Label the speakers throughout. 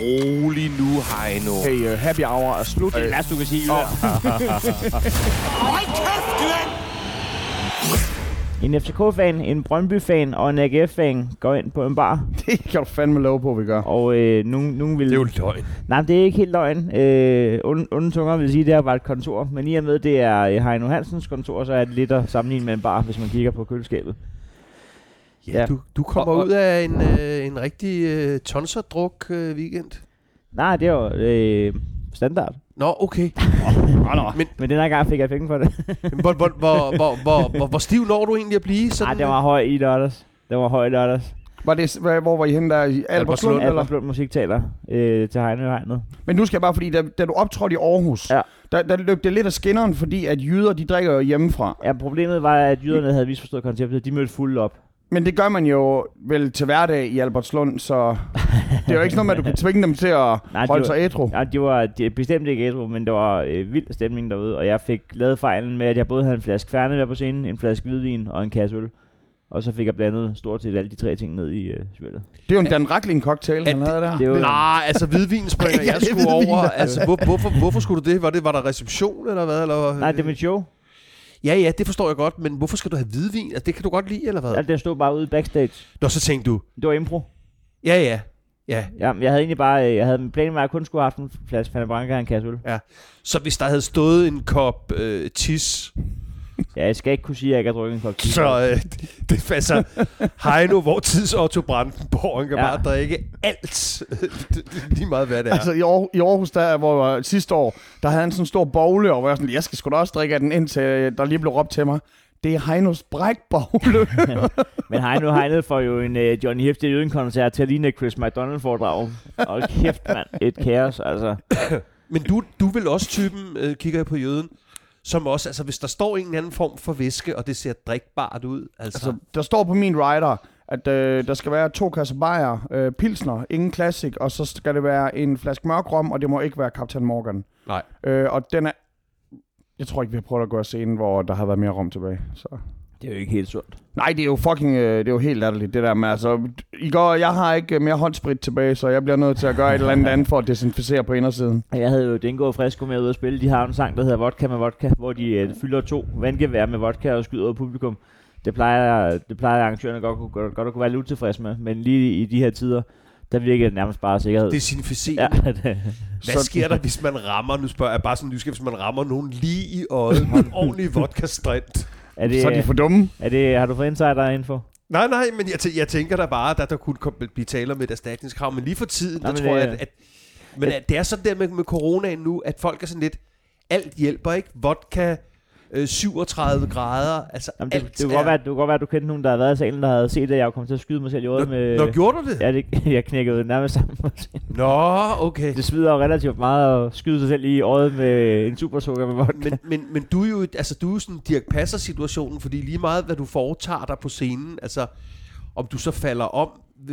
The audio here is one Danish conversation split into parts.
Speaker 1: rolig nu, Heino.
Speaker 2: Hey, uh, happy hour er slut.
Speaker 1: Det er
Speaker 2: Øh,
Speaker 1: last, du kan sige.
Speaker 2: Åh.
Speaker 1: Oh.
Speaker 2: Oh.
Speaker 3: En FCK-fan, en Brøndby-fan og en AGF-fan går ind på en bar,
Speaker 2: det kan du fandme love på, vi gør.
Speaker 3: og øh, nogen, nogen vil...
Speaker 1: Det er jo løgn.
Speaker 3: Nej, men det er ikke helt løgn. Øh, und, onde tunger vil sige, at det her var et kontor, men i og med, det er øh, Heino Hansens kontor, så er det lidt at sammenligne med en bar, hvis man kigger på køleskabet.
Speaker 4: Ja,
Speaker 3: Ja.
Speaker 4: du, du kommer
Speaker 2: Og- og-
Speaker 4: ud af en, øh, en rigtig øh, tonserdruk øh, weekend.
Speaker 3: Nej, det er jo øh, standard,
Speaker 4: Nå, okay.
Speaker 2: Nå, nå.
Speaker 3: men den her gang fik jeg penge for det.
Speaker 4: Men Hvor, hvor, hvor, hvor, hvor, hvor, hvor stiv når du egentlig at blive? Sådan?
Speaker 3: Nej, det var høj i lørdags. Det var høj i lørdags.
Speaker 2: Var det, hva- hvor var I henne der? I Albertslund, eller?
Speaker 3: Albertslund Musiktaler øh, til Heino i Hegnet.
Speaker 2: Men nu skal jeg bare, fordi da, da du optrådte i Aarhus,
Speaker 3: Ja.
Speaker 2: der, der løb det lidt af skinneren, fordi at jyder, de drikker jo hjemmefra.
Speaker 3: Ja, problemet var, at jyderne havde misforstået konceptet. De mødte fuldt op.
Speaker 2: Men det gør man jo vel til hverdag i Albertslund, så det er jo ikke sådan noget med, at du kan tvinge dem til at
Speaker 3: Nej,
Speaker 2: holde
Speaker 3: det
Speaker 2: sig ædru.
Speaker 3: Ja, det var de bestemt ikke ædru, men der var øh, vild stemning derude, og jeg fik lavet fejlen med, at jeg både havde en flaske færne der på scenen, en flaske hvidvin og en kasse øl. Og så fik jeg blandet stort set alle de tre ting ned i øh, spillet.
Speaker 2: Det er jo en Dan Rackling cocktail,
Speaker 4: Ja,
Speaker 2: han havde der.
Speaker 3: Det var
Speaker 4: Nej, altså hvidvin springer
Speaker 2: Ja,
Speaker 4: jeg
Speaker 2: det er
Speaker 4: sgu
Speaker 2: hvidvin,
Speaker 4: over.
Speaker 2: der-
Speaker 4: Altså, hvor, hvorfor, hvorfor skulle du det? Var, det? var der reception eller hvad? Eller?
Speaker 3: Nej, det er mit show.
Speaker 4: Ja, ja, det forstår jeg godt, men hvorfor skal du have hvidvin? Altså, det kan du godt lide, eller hvad?
Speaker 3: Alt det stod bare ude backstage.
Speaker 4: Nå, så tænkte du,
Speaker 3: Det var impro.
Speaker 4: ja, ja, ja.
Speaker 3: Ja, men jeg havde egentlig bare, øh, jeg havde planen med, at jeg kun skulle have haft en flaske Fanta Branca og en kasse øl.
Speaker 4: Så hvis der havde stået en kop øh, tis,
Speaker 3: Ja, jeg skal ikke kunne sige, at jeg ikke har drukket en kop kaffe.
Speaker 4: så øh, det- det altså, Heino, hvor tids Otto Brandenborg, han kan ja.
Speaker 3: Ja.
Speaker 4: bare drikke alt, lige meget hvad det er.
Speaker 2: Altså i, Aar- i Aarhus, der, hvor jeg var sidste år, der havde han sådan en stor bogle, og hvor jeg sådan, jeg skal sgu da også drikke af den, indtil øh, der lige blev råbt til mig, det er Heinos brækbogle.
Speaker 3: Men Heino Heinet får jo en øh, Johnny Heftig Jøden koncert til at ligne et Chris McDonald foredrag. Og kæft, mand. Et kaos, altså.
Speaker 4: Men du, du er vel også typen, øh, kigger jeg på jøden, som også, altså hvis der står en eller anden form for væske, og det ser drikbart ud, altså,
Speaker 2: altså,
Speaker 4: altså
Speaker 2: der står på min rider, at øh, der skal være to kasser bajer, øh, pilsner, ingen classic, og så skal det være en flaske mørk rom, og det må ikke være Captain Morgan.
Speaker 4: Nej.
Speaker 2: Øh, og den er... Jeg tror ikke, vi har prøvet at gå af scenen, hvor der har været mere rom tilbage. Så.
Speaker 3: Det er jo ikke helt sundt.
Speaker 2: Nej, det er jo fucking, øh, det er jo helt latterligt, det der med, altså, i går, jeg har ikke øh, mere håndsprit tilbage, så jeg bliver nødt til at gøre et eller andet andet for at desinficere på indersiden.
Speaker 3: Og Jeg havde jo Dingo og Fresco med ud at spille. De har jo en sang, der hedder Vodka med Vodka, hvor de øh, fylder to vandgevær med vodka og skyder ud publikum. Det plejer, det plejer arrangørerne godt, kunne- godt, godt at kunne være lidt utilfredse med, men lige i de her tider, der virker det nærmest bare sikkerhed.
Speaker 4: desinficering.
Speaker 3: ja,
Speaker 4: Ja.
Speaker 3: det,
Speaker 4: Hvad sker der, hvis man rammer, nu spørger jeg bare sådan nysgerrig, hvis man rammer nogen lige i øjet med en ordentlig vodka -strint.
Speaker 3: er,
Speaker 2: Det... Så er de
Speaker 3: det,
Speaker 2: for dumme.
Speaker 3: er det, har du fået insider-info?
Speaker 4: Nej, nej, men jeg, tæ- jeg tænker da bare, at der kunne komme, blive tale om et erstatningskrav, men lige for tiden,
Speaker 3: Nej,
Speaker 4: der
Speaker 3: men
Speaker 4: tror jeg,
Speaker 3: det-
Speaker 4: at, at, men at det er sådan der med, med coronaen nu, at folk er sådan lidt, alt hjælper, ikke? Vodka, øh, 37 grader, altså
Speaker 3: Jamen, det,
Speaker 4: alt
Speaker 3: det, kunne
Speaker 4: er-
Speaker 3: godt være, det kunne godt være, at du kendte nogen, der havde været i salen, der havde set, at jeg kom til at skyde mig selv i øjet med...
Speaker 4: Nå, gjorde du det?
Speaker 3: Ja, det, jeg knækkede nærmest sammen.
Speaker 4: Nå, okay.
Speaker 3: Det svider jo relativt meget at skyde sig selv i øjet med en supersukker med vodka.
Speaker 4: Men, men, men du er jo, altså, du er jo sådan Dirk Passer-situationen, fordi lige meget, hvad du foretager dig på scenen, altså, om du så falder om,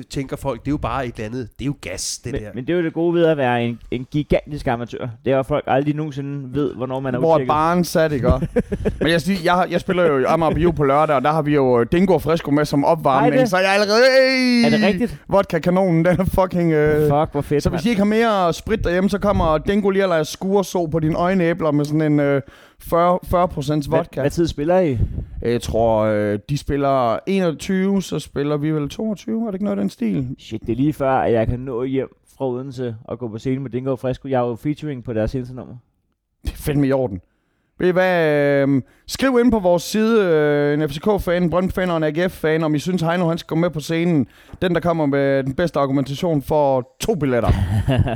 Speaker 4: tænker folk, det er jo bare et eller andet, det er jo gas, det
Speaker 3: Men,
Speaker 4: der.
Speaker 3: men det er jo det gode ved at være en, en gigantisk amatør. Det er jo, at folk aldrig nogensinde ved, hvornår man er
Speaker 2: Hvor er
Speaker 3: utjekket.
Speaker 2: barn sat, ikke? Men jeg, siger, jeg, jeg spiller jo i Amager Bio på lørdag, og der har vi jo øh, Dingo og Fresco med som
Speaker 3: Ej,
Speaker 2: opvarmning,
Speaker 3: det-
Speaker 2: så jeg er allerede...
Speaker 3: Er det rigtigt?
Speaker 2: Vodka-kanonen, den er fucking... Øh...
Speaker 3: Fuck, hvor fedt,
Speaker 2: Så hvis I ikke har mere sprit derhjemme, så kommer Dingo lige og leger skureså på dine øjenæbler med sådan en øh, 40, 40 vodka.
Speaker 3: Hvad, hvad tid spiller I?
Speaker 2: Jeg tror, øh, de spiller 21, så spiller vi vel 22, er det ikke noget af den stil?
Speaker 3: Shit, det er lige før, at jeg kan nå hjem fra Odense og gå på scenen med Dingo og Fresco. Jeg er jo featuring på deres seneste nummer.
Speaker 2: Det er fandme i orden. Ved I hvad, øh, skriv ind på vores side, øh, en FCK-fan, en Brøndby-fan og en AGF-fan, om I synes Heino han skal gå med på scenen. Den, der kommer med den bedste argumentation, får to billetter.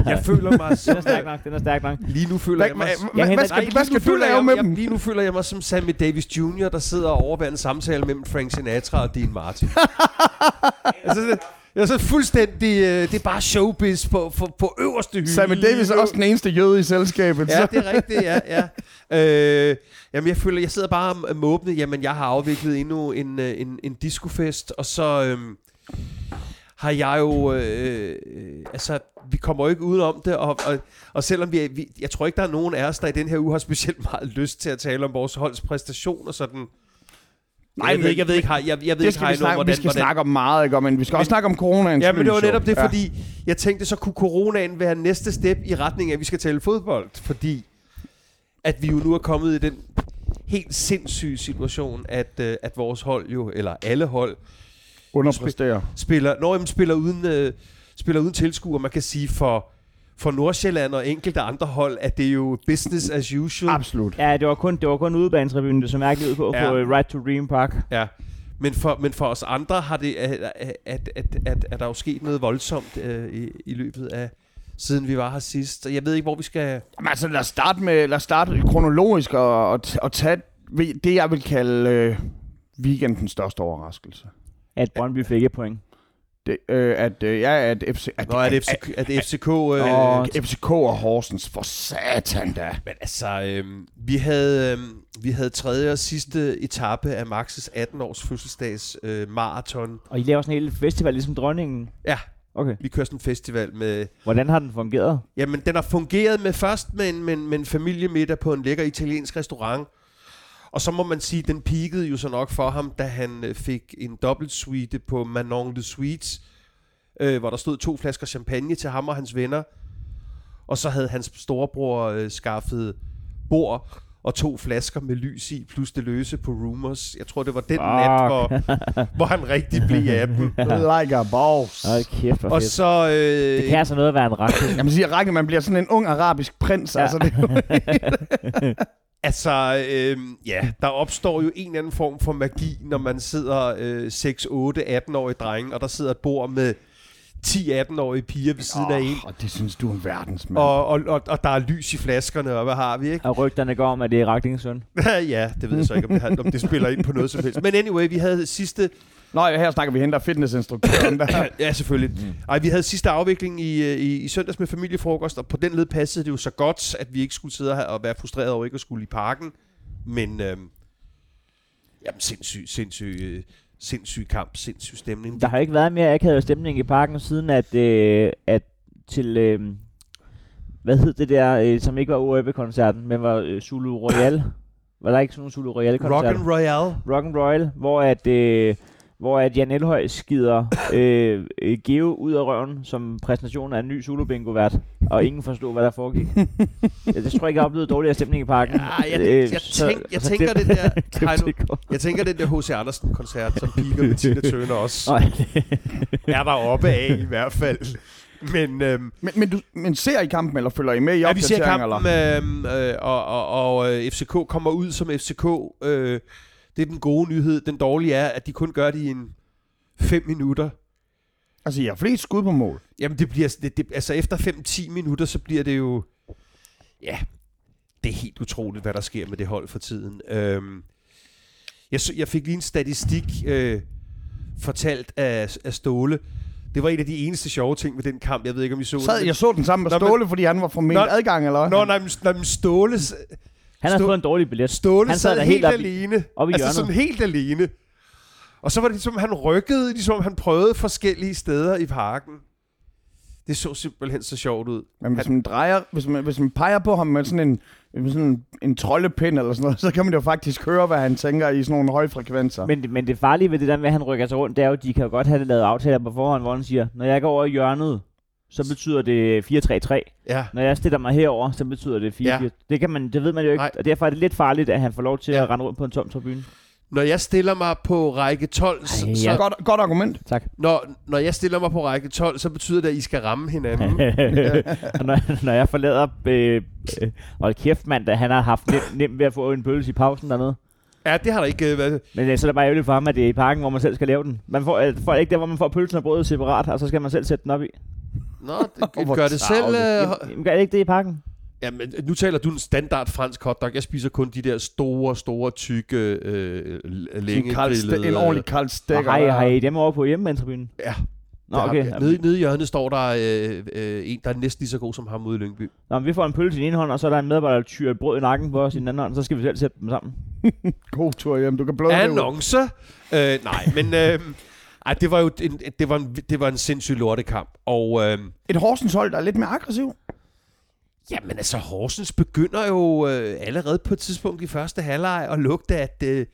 Speaker 4: Jeg føler mig
Speaker 3: Den er
Speaker 4: som,
Speaker 3: stærk nok, den er stærk nok.
Speaker 4: lige nu føler
Speaker 2: Hvad,
Speaker 4: jeg mig... som-
Speaker 2: hvad,
Speaker 3: henter-
Speaker 2: hvad,
Speaker 4: Nej,
Speaker 2: skal,
Speaker 4: lige
Speaker 2: hvad
Speaker 4: nu
Speaker 2: skal du
Speaker 4: føler
Speaker 2: lave
Speaker 4: jeg-
Speaker 2: med
Speaker 4: jeg-
Speaker 2: dem?
Speaker 4: Lige nu føler jeg mig som Sammy Davis Jr., der sidder og overværer en samtale mellem Frank Sinatra og Dean Martin. altså, det, jeg er så fuldstændig... Øh, det er bare showbiz på, på, på øverste hylde.
Speaker 2: Sammy Davis er også den eneste jøde i selskabet.
Speaker 4: Ja,
Speaker 2: så.
Speaker 4: det er rigtigt, ja. ja. Øh, jamen, jeg føler, jeg sidder bare og m- måbende. Jamen, jeg har afviklet endnu en, øh, en, en discofest, og så øhm, har jeg jo... Øh, øh, altså, vi kommer jo ikke udenom det, og, og, og selvom vi, er- vi... Jeg tror ikke, der er nogen af os, der i den her uge har specielt meget lyst til at tale om vores holds præstationer sådan...
Speaker 2: Nej,
Speaker 4: jeg ved
Speaker 2: men-
Speaker 4: ikke, jeg ved ikke, jeg, jeg, jeg ved
Speaker 2: Det
Speaker 4: ikke,
Speaker 2: skal vi,
Speaker 4: Heino,
Speaker 2: snakke,
Speaker 4: hvordan,
Speaker 2: vi skal
Speaker 4: hvordan,
Speaker 2: snakke om meget, ikke? Og Men vi skal også snakke om coronaen.
Speaker 4: Ja, men det var
Speaker 2: selvfølgelig,
Speaker 4: netop det,
Speaker 2: så. Ja.
Speaker 4: fordi jeg tænkte, så kunne coronaen være næste step i retning af, at vi skal tale fodbold, fordi at vi jo nu er kommet i den helt sindssyge situation, at, øh, at vores hold jo, eller alle hold,
Speaker 2: Underpræsterer.
Speaker 4: spiller, når man spiller uden, øh, spiller uden tilskuer, man kan sige for, for Nordsjælland og enkelte andre hold, at det er jo business as usual.
Speaker 2: Absolut.
Speaker 3: Ja, det var kun, det var kun udebanetribunen, det så mærkeligt ud på,
Speaker 4: Ja.
Speaker 3: ja. på øh, Right to Dream Park.
Speaker 4: Ja. Men for, men for os andre har det, at, at, at, at, at der er jo sket noget voldsomt øh, i, i løbet af, siden vi var her sidst. Så jeg ved ikke, hvor vi skal...
Speaker 2: Jamen, altså, lad os starte, med, lad os starte kronologisk og, og, t- og tage ved- det, jeg vil kalde øh, weekendens største overraskelse.
Speaker 3: At Brøndby fik et point.
Speaker 2: Det, øh, at, øh, ja, at, FC, at,
Speaker 4: Nå, er det
Speaker 2: at,
Speaker 4: FCK? Er det FCK øh,
Speaker 3: Nå.
Speaker 2: at FCK og Horsens, for satan da.
Speaker 4: men altså, øh, vi, havde, øh, vi havde tredje og sidste etape af Maxes 18-års fødselsdags øh, maraton.
Speaker 3: Og I laver sådan en hel festival, ligesom dronningen.
Speaker 4: Ja,
Speaker 3: Okay.
Speaker 4: vi kører sådan en festival med...
Speaker 3: Hvordan har den fungeret?
Speaker 4: Jamen, den har fungeret med først med en, med, en- med en familiemiddag på en lækker italiensk restaurant. Og så må man sige, den peakede jo så nok for ham, da han øh, fik en dobbelt suite på Manon de Suites, øh, hvor der stod to flasker champagne til ham og hans venner. Og så havde hans storebror øh, skaffet bord og to flasker med lys i, plus det løse på Rumors. Jeg tror, det var den
Speaker 3: Fuck.
Speaker 4: nat, hvor, hvor han rigtig blev 18.
Speaker 2: Like a boss.
Speaker 3: Hold kæft, hvor
Speaker 4: Og
Speaker 3: fedt.
Speaker 4: så... Øh,
Speaker 3: Det kan altså noget at være en ret.
Speaker 2: Jamen, siger Rakke, man bliver sådan en ung arabisk prins. Ja.
Speaker 3: Ja.
Speaker 2: Altså, det, er jo-
Speaker 4: Altså, øh, ja, der opstår jo en eller anden form for magi, når man sidder øh, 6, 8, 18-årige drenge, og der sidder et bord med 10 18-årige piger ved siden af en,
Speaker 2: Åh, det synes du er en verdensmand.
Speaker 4: og, og, og, og der er lys i flaskerne, og hvad har vi, ikke?
Speaker 3: Og rygterne går om, at det er Raklings søn.
Speaker 4: ja, det ved jeg så ikke, om det, har- om det spiller ind på noget som helst. Men anyway, vi havde sidste...
Speaker 2: Nå, ja, her snakker vi henter fitnessinstruktøren. Der.
Speaker 4: ja, selvfølgelig.
Speaker 3: Mm.
Speaker 4: Ej, vi havde sidste afvikling i, øh, i, i søndags med familiefrokost, og på den led passede det jo så godt, at vi ikke skulle sidde her og være frustreret over ikke at skulle i parken. Men øh, jamen, sindssyg, sindssyg, øh, sindssyg kamp, sindssyg stemning.
Speaker 3: Der har ikke været mere akavet stemning i parken, siden at, øh, at til, øh, hvad hed det der, øh, som ikke var OAB-koncerten, men var øh, Zulu Royal. Var der ikke sådan en Zulu
Speaker 4: Rock
Speaker 3: Royal-koncert?
Speaker 4: and Royale.
Speaker 3: Rock and Royal, hvor at, øh, hvor at Jan Elhøj skider øh, øh, Geo ud af røven som præsentation af en ny Zulu bingo vært og ingen forstod, hvad der foregik. Jeg, jeg tror ikke, jeg har oplevet dårligere stemning i parken. Øh, altså,
Speaker 4: Ja, jeg, jeg, jeg, tænk, jeg tænker det der, Heino, jeg tænker den der H.C. Andersen-koncert, som piger med Tina Turner også
Speaker 3: Nej,
Speaker 4: er der oppe af i hvert fald. Men øhm,
Speaker 2: men, men, du, men ser I kampen, eller følger I med i
Speaker 4: Ja, vi ser
Speaker 2: opdateringer,
Speaker 4: kampen, øhm, øh, og, og, og øh, FCK kommer ud som FCK. Øh, det er den gode nyhed. Den dårlige er, at de kun gør det i en fem minutter.
Speaker 2: Altså, jeg har flest skud på mål.
Speaker 4: Jamen, det bliver, det, det, altså efter 5-10 minutter, så bliver det jo... Ja, det er helt utroligt, hvad der sker med det hold for tiden. Øhm, jeg, så- jeg fik lige en statistik øh, fortalt af, af Ståle. Det var en af de eneste sjove ting ved den kamp. Jeg ved ikke, om I så
Speaker 2: Sad,
Speaker 4: den.
Speaker 2: jeg så den sammen med
Speaker 4: Nå, men-
Speaker 2: Ståle, fordi han var forment
Speaker 4: Nå,
Speaker 2: adgang, eller hvad?
Speaker 4: Nå, nej, men, nej, men Ståles,
Speaker 3: han har
Speaker 4: Stå-
Speaker 3: fået en dårlig billet.
Speaker 4: Ståle
Speaker 3: Han
Speaker 4: sad,
Speaker 3: sad
Speaker 4: sad
Speaker 3: der
Speaker 4: helt, helt
Speaker 3: helt op i-
Speaker 4: alene.
Speaker 3: op i
Speaker 4: altså
Speaker 3: hjørnet.
Speaker 4: sådan helt alene. Og så var det ligesom, han rykkede, ligesom han prøvede forskellige steder i parken. Det så simpelthen så sjovt ud.
Speaker 2: Men hvis man, drejer, hvis, man, hvis man peger på ham med sådan en, med sådan en, en troldepind eller sådan noget, så kan man jo faktisk høre, hvad han tænker i sådan nogle høje frekvenser. Men,
Speaker 3: Men, men det farlige ved det der med, at han rykker sig rundt, det er jo, at de kan jo godt have det lavet aftaler på forhånd, hvor han siger, når jeg går over i hjørnet, så betyder det 4-3-3.
Speaker 4: Ja.
Speaker 3: Når jeg stiller mig herover, så betyder det 4-4.
Speaker 4: Ja.
Speaker 3: Ja. Det, kan man, det ved man jo ikke,
Speaker 4: Nej.
Speaker 3: Nej. og derfor er det lidt farligt, at han får lov til
Speaker 4: Ja.
Speaker 3: ja. at rende rundt på en tom tribune.
Speaker 4: Når jeg stiller mig på række 12, Ej, så,
Speaker 3: Ej,
Speaker 4: ja.
Speaker 2: ja.
Speaker 3: ja.
Speaker 4: så,
Speaker 2: godt, godt argument.
Speaker 3: Tak.
Speaker 4: når, når jeg stiller mig på række 12, så betyder det, at I skal ramme hinanden.
Speaker 3: og når, når jeg forlader... Øh, øh, hold kæft, mand, da han har haft nemt nem ved at få en pølse i pausen dernede.
Speaker 4: ja, det har der ikke øh, været.
Speaker 3: Men øh, så er det bare ærgerligt for ham, at det er i parken, hvor man selv skal lave den. Man får, øh, får ikke der, hvor man får pølsen og brødet separat, og så skal man selv sætte den op i.
Speaker 4: Nå, det,
Speaker 2: Hvor
Speaker 4: gør det selv. Øh,
Speaker 3: Jamen, jamen, gør det ikke det i parken?
Speaker 4: jamen, øh, nu taler du en standard fransk hotdog. Jeg spiser kun de der store, store, tykke, øh,
Speaker 2: En, Karl Ste-
Speaker 4: længegrillede...
Speaker 2: en ordentlig Karl Stegger.
Speaker 3: Hej,
Speaker 2: der-
Speaker 3: hej, dem er over på hjemmetribunen.
Speaker 4: Ja,
Speaker 3: Nå,
Speaker 4: Det har
Speaker 3: okay.
Speaker 4: vi. Nede, nede i hjørnet står der øh, øh, en, der er næsten lige så god som ham ude i Lyngby.
Speaker 3: Nå, men vi får en pølse i den ene hånd, og så er der en medarbejder, der tyrer et brød i nakken på os i den anden hånd, så skal vi selv sætte dem sammen.
Speaker 2: God tur hjem, du kan bløde det ud.
Speaker 4: Annonce? Øh, nej, men øh, ej, det var jo en, det var en, det var en sindssyg lortekamp. Og øh,
Speaker 2: Et Horsens hold, der er lidt mere aggressiv.
Speaker 4: jamen altså, Horsens begynder jo øh, allerede på et tidspunkt i første halvleg at lugte, at øh,
Speaker 2: Det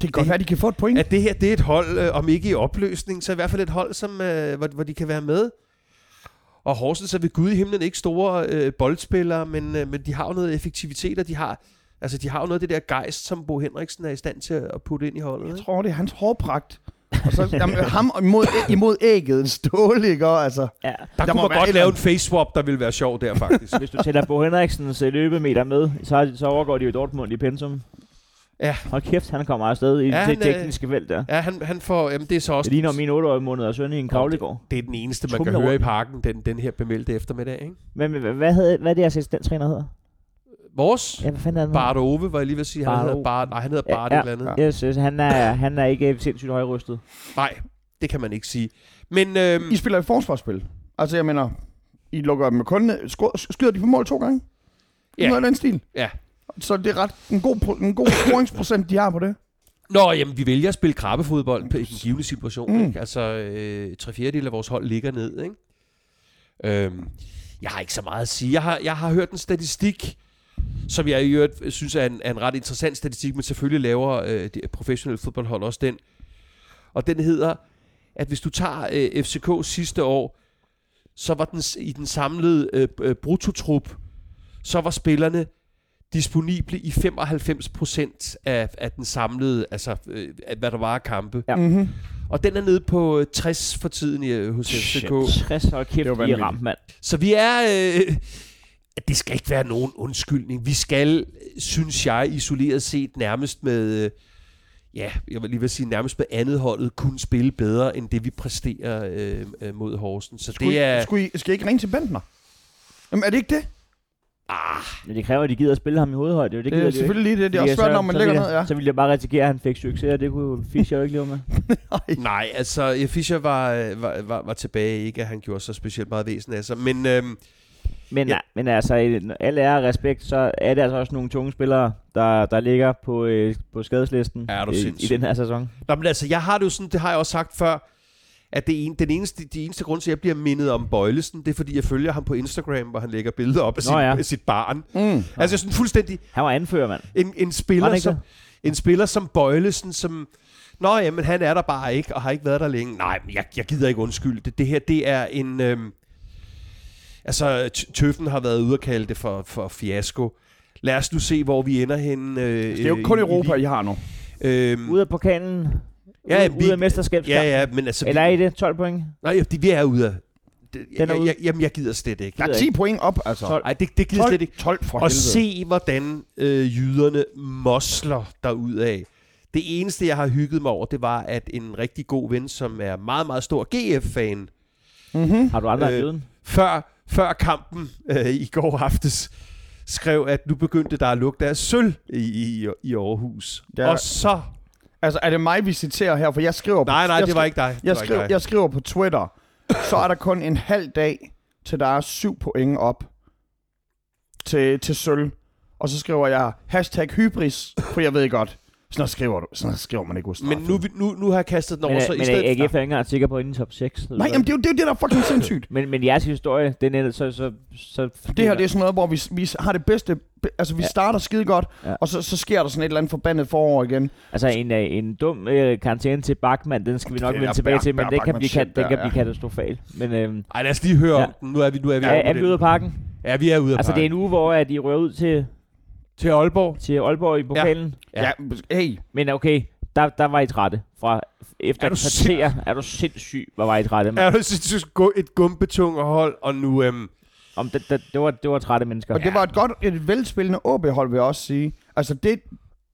Speaker 2: kan godt være, de kan få et point.
Speaker 4: at det her det er et hold, øh, om ikke i opløsning, så i hvert fald et hold, som, øh, hvor, hvor de kan være med. Og Horsens er ved Gud i himlen ikke store øh, boldspillere, men, øh, men de har jo noget effektivitet, og de har, altså, de har jo noget af det der gejst, som Bo Henriksen er i stand til at putte ind i holdet.
Speaker 2: Jeg
Speaker 4: Ikke?
Speaker 2: tror, det er hans hårpragt. Og så jamen, ham imod, imod ægget, en stål, ikke? Og, altså.
Speaker 3: Ja.
Speaker 4: Der,
Speaker 2: Der
Speaker 4: der kunne
Speaker 2: må
Speaker 4: man
Speaker 2: være
Speaker 4: godt
Speaker 2: et
Speaker 4: lave en
Speaker 2: eller
Speaker 4: face swap, der ville være sjov der faktisk.
Speaker 3: Hvis du tæller Bo Henriksens øh, løbemeter med, så, har de- så overgår de jo Dortmund i pensum.
Speaker 4: Ja.
Speaker 3: Hold kæft, han kommer afsted i
Speaker 4: Ja,
Speaker 3: ja,
Speaker 4: han,
Speaker 3: det
Speaker 4: øh,
Speaker 3: tekniske felt der.
Speaker 4: ja, han, han får, jamen, det er så også...
Speaker 3: Det ligner min 8-årige måneder søn i en kravlegård.
Speaker 4: det er den eneste, man
Speaker 3: Tumler
Speaker 4: kan høre i
Speaker 3: rundt.
Speaker 4: parken, den, den her bemeldte eftermiddag. Ikke?
Speaker 3: Men hvad, hvad, havde, hvad er det, jeres assistenttræner hedder?
Speaker 4: Vores
Speaker 3: Ja, hvad fanden er den?
Speaker 4: Bart Ove, var jeg lige ved at sige, han
Speaker 3: Bart
Speaker 4: hedder
Speaker 3: Ove.
Speaker 4: Bart, nej, han hedder
Speaker 3: Ja,
Speaker 4: Bart
Speaker 3: ja.
Speaker 4: ja, eller andet.
Speaker 3: Jeg synes, han er, han er ikke sindssygt højrystet.
Speaker 4: Nej, det kan man ikke sige. Men øhm,
Speaker 2: I spiller i forsvarsspil. Altså, jeg mener, I lukker dem med kun ned. Skru- Skyder de på mål to gange?
Speaker 4: Ja.
Speaker 2: Ja. Noget af den stil.
Speaker 4: Ja.
Speaker 2: Så det er ret en god, pro- en god scoringsprocent, de har på det.
Speaker 4: Nå, jamen, vi vælger at spille krabbefodbold på- i den givende situation. Mm.
Speaker 2: Mm.
Speaker 4: Ikke? Altså, øh, tre fjerdedel af vores hold ligger ned, ikke? Øhm, jeg har ikke så meget at sige. Jeg har, jeg har hørt en statistik, som jeg i øvrigt synes er en, er en ret interessant statistik, men selvfølgelig laver øh, de professionelle fodboldhold også den. Og den hedder, at hvis du tager øh, FCK sidste år, så var den s- i den samlede øh, øh, bruttotrup, så var spillerne disponible i 95% af, af den samlede, altså øh, af, hvad der var af kampe.
Speaker 3: Ja.
Speaker 2: Mm-hmm.
Speaker 4: Og den er nede på øh, 60 for tiden i, øh, hos
Speaker 3: Shit.
Speaker 4: FCK.
Speaker 3: 60, hold kæft,
Speaker 2: Det
Speaker 3: det I er
Speaker 2: var vanvittigt.
Speaker 3: ramt, mand.
Speaker 4: Så vi er... Øh, det skal ikke være nogen undskyldning. Vi skal, øh, synes jeg, isoleret set nærmest med... Øh, ja, jeg vil lige vil sige, nærmest med andet holdet kunne spille bedre, end det vi præsterer øh, øh, mod Horsen. Så
Speaker 2: Skulle,
Speaker 4: det er...
Speaker 2: skulle I, skal I ikke ringe til Bentner? Jamen, er det ikke det?
Speaker 3: Men det kræver, at de gider at spille ham i hovedhøjde. jo. Det,
Speaker 2: Det,
Speaker 3: gider
Speaker 2: det er
Speaker 3: de jo ikke.
Speaker 2: selvfølgelig lige det. Det er
Speaker 3: Fordi
Speaker 2: også svært,
Speaker 3: så-
Speaker 2: når man
Speaker 3: så
Speaker 2: lægger
Speaker 3: ville
Speaker 2: ned.
Speaker 3: jeg-
Speaker 2: Ja.
Speaker 3: Så ville jeg bare risikere, at han fik succes, og det kunne Fischer jo ikke leve med.
Speaker 4: Nej, altså, ja, Fischer var, øh, var, var, var tilbage, ikke at han gjorde så specielt meget væsen af sig. Men øh,
Speaker 3: Men,
Speaker 4: Ja.
Speaker 3: ja. men altså, i al ære og respekt, så er det altså også nogle tunge spillere, der, der ligger på, øh, på skadeslisten
Speaker 4: Er du
Speaker 3: øh, i
Speaker 4: sindssyg.
Speaker 3: den her sæson.
Speaker 4: Nå, men altså, jeg har det jo sådan, det har jeg også sagt før, at det en, den eneste, de eneste grund til, at jeg bliver mindet om Bøjlesen, det er, fordi jeg følger ham på Instagram, hvor han lægger billeder op af,
Speaker 3: Nå
Speaker 4: sit,
Speaker 3: ja.
Speaker 4: af sit barn.
Speaker 2: Mm.
Speaker 4: Altså sådan fuldstændig
Speaker 3: Han var anfører, mand.
Speaker 4: en, en,
Speaker 3: Var han
Speaker 4: spiller,
Speaker 3: ikke
Speaker 4: som, en spiller som Bøjlesen, som... Nå ja, men han er der bare ikke, og har ikke været der længe. Nej, men jeg, jeg gider ikke undskylde det. Det her, det er en... Øhm, altså, T- Tøffen har været ude og kalde det for, for fiasko. Lad os nu se, hvor vi ender henne. Øh,
Speaker 3: Altså,
Speaker 2: Det er jo kun Europa, I har nu.
Speaker 4: Øhm,
Speaker 3: Ude af pokalen,
Speaker 4: Ja,
Speaker 3: ja,
Speaker 4: ja,
Speaker 3: ude,
Speaker 4: vi-
Speaker 3: ude af mesterskabskampen.
Speaker 4: ja, ja, men altså...
Speaker 3: Eller er I det? 12 point?
Speaker 4: Nej, ja, de, vi er ude af... Det,
Speaker 3: Den er
Speaker 4: jeg,
Speaker 3: ude.
Speaker 4: jeg, jamen, jeg gider slet ikke.
Speaker 2: Der
Speaker 3: gider
Speaker 2: er 10 point op, altså.
Speaker 3: 12.
Speaker 4: Nej, det, det gider slet ikke.
Speaker 2: 12 for
Speaker 4: Og
Speaker 2: helvede.
Speaker 4: se, hvordan øh, jyderne mosler derudad. Det eneste, jeg har hygget mig over, det var, at en rigtig god ven, som er meget, meget stor GF-fan,
Speaker 2: Mm-hmm.
Speaker 3: Har du aldrig
Speaker 4: Øh,
Speaker 3: øh, jøden?
Speaker 4: før, før kampen øh, i går aftes, skrev, at nu begyndte der at lugte af sølv i, i, i Aarhus.
Speaker 2: Der-
Speaker 4: Og så...
Speaker 2: Altså, er det mig, vi citerer her? For jeg skriver på...
Speaker 4: Nej, nej,
Speaker 2: jeg
Speaker 4: det var ikke dig. Det
Speaker 2: Jeg,
Speaker 4: var
Speaker 2: skriver,
Speaker 4: ikke dig.
Speaker 2: jeg skriver på Twitter, så er der kun en halv dag, til der er syv point op til, til sølv. Og så skriver jeg hashtag hybris, for jeg ved godt. Sådan noget skriver, du, sådan noget skriver man ikke hos
Speaker 4: Men nu, nu, nu har jeg kastet den over,
Speaker 3: Men,
Speaker 4: så
Speaker 3: øh,
Speaker 4: i
Speaker 3: men
Speaker 4: stedet...
Speaker 3: AGF er ikke engang sikker på inden top 6.
Speaker 2: Nej, jamen det er jo det, er jo det der er fucking sindssygt.
Speaker 3: men, men jeres historie, den er så... så, så
Speaker 2: Det her, det er sådan noget, hvor vi, vi har det bedste... Altså, vi
Speaker 3: Ja.
Speaker 2: starter skide godt,
Speaker 3: Ja.
Speaker 2: og så, så sker der sådan et eller andet forbandet forår igen.
Speaker 3: Altså en, øh, en dum øh, karantæne til Bachmann, den skal vi nok
Speaker 2: Det
Speaker 3: vende
Speaker 2: er
Speaker 3: tilbage
Speaker 2: Berg-
Speaker 3: til, men den kan
Speaker 2: Bergmann
Speaker 3: blive,
Speaker 2: shit
Speaker 3: kan, den
Speaker 2: der,
Speaker 3: kan blive
Speaker 2: ja.
Speaker 3: katastrofal. Men øh,
Speaker 4: Ej, lad os lige høre
Speaker 3: Ja.
Speaker 4: ja. om den. Nu er vi, nu er vi,
Speaker 3: er,
Speaker 4: oppe på
Speaker 3: er vi
Speaker 4: den.
Speaker 3: ude af parken?
Speaker 4: Ja, vi er ude af
Speaker 3: Altså det er en uge, hvor at I rører ud til,
Speaker 4: Til Aalborg.
Speaker 3: til Aalborg i pokalen.
Speaker 4: Ja.
Speaker 2: Ja, hey.
Speaker 3: Men okay, der, der var I trætte. Fra efter
Speaker 4: Er
Speaker 3: er
Speaker 4: du
Speaker 3: du kvarter, er du sindssyg, hvor var I trætte. Ja.
Speaker 4: Er du sindssygt gå et gumbetunget hold, og nu... Øhm,
Speaker 3: Om det, det, det, var, det var trætte mennesker.
Speaker 2: Og det var et godt, et velspillende OB-hold, vil jeg også sige. Altså det,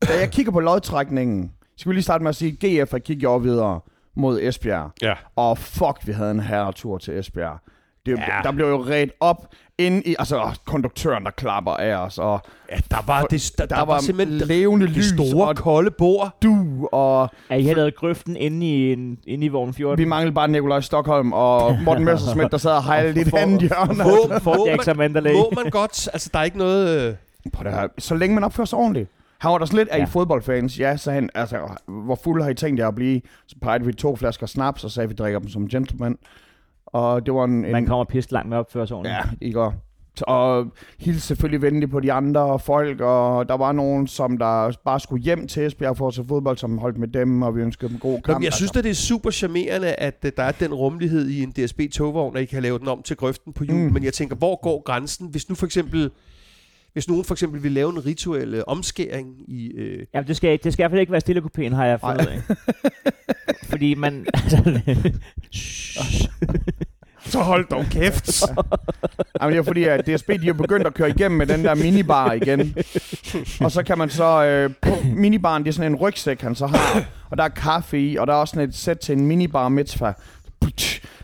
Speaker 2: da jeg kigger på lodtrækningen, skal vi lige starte med at sige, GF har kigget over videre mod Esbjerg.
Speaker 4: Ja.
Speaker 2: Og fuck, vi havde en herretur til Esbjerg. Det,
Speaker 4: Ja.
Speaker 2: ja. Der blev jo ret op inde i, altså åh, konduktøren, der klapper af os, og
Speaker 4: ja, der var, det, der, der, der var, var simpelthen
Speaker 2: levende
Speaker 4: det
Speaker 2: lys,
Speaker 4: store,
Speaker 2: og
Speaker 4: kolde bord.
Speaker 2: du, og
Speaker 3: At I havde lavet grøften inde i, en, inde i vogn 14.
Speaker 2: vi manglede bare Nikolaj Stockholm, og Morten Messersmith, der sad og hejlede i et
Speaker 3: For-
Speaker 2: andet hjørne.
Speaker 4: Må, må,
Speaker 3: Fuck
Speaker 4: man,
Speaker 3: Jackson Mandalay.
Speaker 4: må man godt? Altså, der er ikke noget... Øh,
Speaker 2: Prøv det her. Så længe man opfører sig ordentligt. Han var da slet, er ja.
Speaker 3: Ja.
Speaker 2: I fodboldfans? Ja, sagde han. Altså, hvor fuld har I tænkt jer at blive? Så pegede vi to flasker snaps, og sagde, at vi drikker dem som gentleman. Og det var en... en
Speaker 3: Man kommer pisse langt med opførsordenen.
Speaker 2: Ja, I går. og hilse selvfølgelig venligt på de andre folk, og der var nogen, som der bare skulle hjem til Esbjerg for at se fodbold, som holdt med dem, og vi ønskede dem god
Speaker 4: Nå,
Speaker 2: kamp. Altså,
Speaker 4: men jeg synes da, det er super charmerende, at øh, der er den rummelighed i en DSB-togvogn, at I kan lave den om til grøften på jul.
Speaker 2: Mm.
Speaker 4: Mm. Men jeg tænker, hvor går grænsen, hvis nu for eksempel... Hvis nogen for eksempel vil lave en rituel øh, omskæring i... Øh,
Speaker 3: Jamen, det skal, ikke, det skal i hvert fald ikke være stille kupéen, har jeg fundet ud af. Fordi man...
Speaker 2: så hold dog kæft! Jamen, det er fordi, at DSB de er begyndt at køre igennem med den der minibar igen. Og så kan man så... Øh, på minibaren, det er sådan en rygsæk, han så har. Og der er kaffe i, og der er også sådan et sæt til en minibar mitzvah.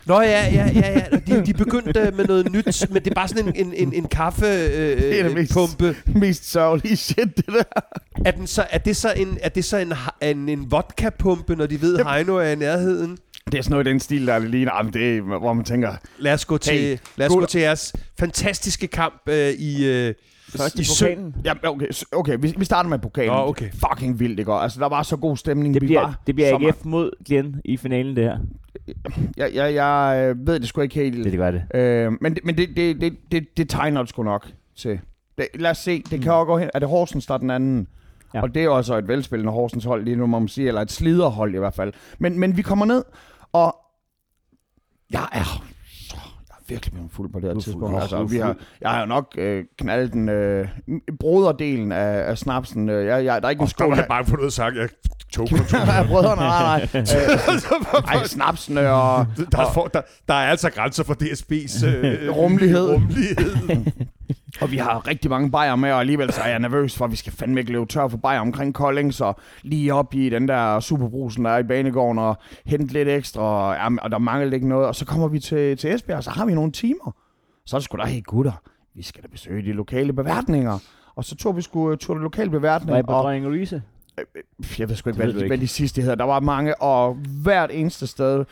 Speaker 4: Nå ja, ja, ja, ja. De, de begyndte øh, med noget nyt, men det er bare sådan en, en, en, en
Speaker 2: er det mest-
Speaker 4: kaffepumpe. Øh,
Speaker 2: Mest sørgelige shit, det der.
Speaker 4: er, den så, er det så en, er det så en, en, en vodka-pumpe, når de ved, at Heino er i nærheden?
Speaker 2: Det er sådan noget i den stil, der ligner, jamen, det er, hvor man tænker,
Speaker 4: Lad os gå til,
Speaker 2: Hey,
Speaker 4: hey, lad os
Speaker 2: god-
Speaker 4: gå til jeres fantastiske kamp øh, i... Øh,
Speaker 3: Først i
Speaker 4: i sø-
Speaker 3: pokalen.
Speaker 2: jamen, okay, s- okay vi, vi starter med pokalen.
Speaker 4: Nå, okay.
Speaker 2: Fucking vildt, ikke? Og Altså, der var så god stemning.
Speaker 3: Det
Speaker 2: vi
Speaker 3: bliver,
Speaker 2: var
Speaker 3: det bliver
Speaker 2: så
Speaker 3: AGF mod Glenn i finalen, det her.
Speaker 2: mange- Jeg, jeg, jeg øh, ved det sgu ikke helt.
Speaker 3: Det, det gør det.
Speaker 2: Øh, men det- men det, det, det, det, det tegner det sgu nok til. Det, lad os se, det kan også gå hen. Er det Horsens, der er den anden? Ja.
Speaker 3: Mm. Ja.
Speaker 2: Og det er også et velspillende Horsens hold lige nu, må man sige, eller et sliderhold i hvert fald. Men, men vi kommer ned, og jeg er, så- jeg er virkelig blevet fuld på det her
Speaker 3: Du er
Speaker 2: tidspunkt.
Speaker 3: fuld.
Speaker 2: Altså,
Speaker 3: Du er
Speaker 2: vi har, jeg har jo nok øh, knaldet den øh, broderdelen af, af snapsen. Øh, Jeg, jeg, der er ikke en skål. af-
Speaker 4: bange for noget sagt. Jeg tog
Speaker 2: af brødrene, nej, nej. Øh, Ej, snapsen øh, og...
Speaker 4: Der er, for, der, der er altså grænser for DSB's øh,
Speaker 2: Rummelighed.
Speaker 4: rummelighed.
Speaker 2: Og vi har rigtig mange bajer med, og alligevel så er jeg nervøs for, at vi skal fandme ikke løbe tør for bajer omkring Kolding, så lige op i den der superbrusen, der er i banegården, og hente lidt ekstra, og, jamen, og der manglede ikke noget. Og så kommer vi til, til Esbjerg, og så har vi nogle timer. Så er det sgu da, hey gutter, vi skal da besøge de lokale beværtninger. Og så tog vi sgu øh, tog de lokale
Speaker 3: Var I
Speaker 2: beværtninger,
Speaker 3: på
Speaker 2: og
Speaker 3: Dronning Louise?
Speaker 2: Pff, jeg ved sgu ikke,
Speaker 3: Det
Speaker 2: hvad,
Speaker 3: ved du
Speaker 2: de-
Speaker 3: ikke.
Speaker 2: hvad de sidste hedder. Der var mange, og hvert eneste sted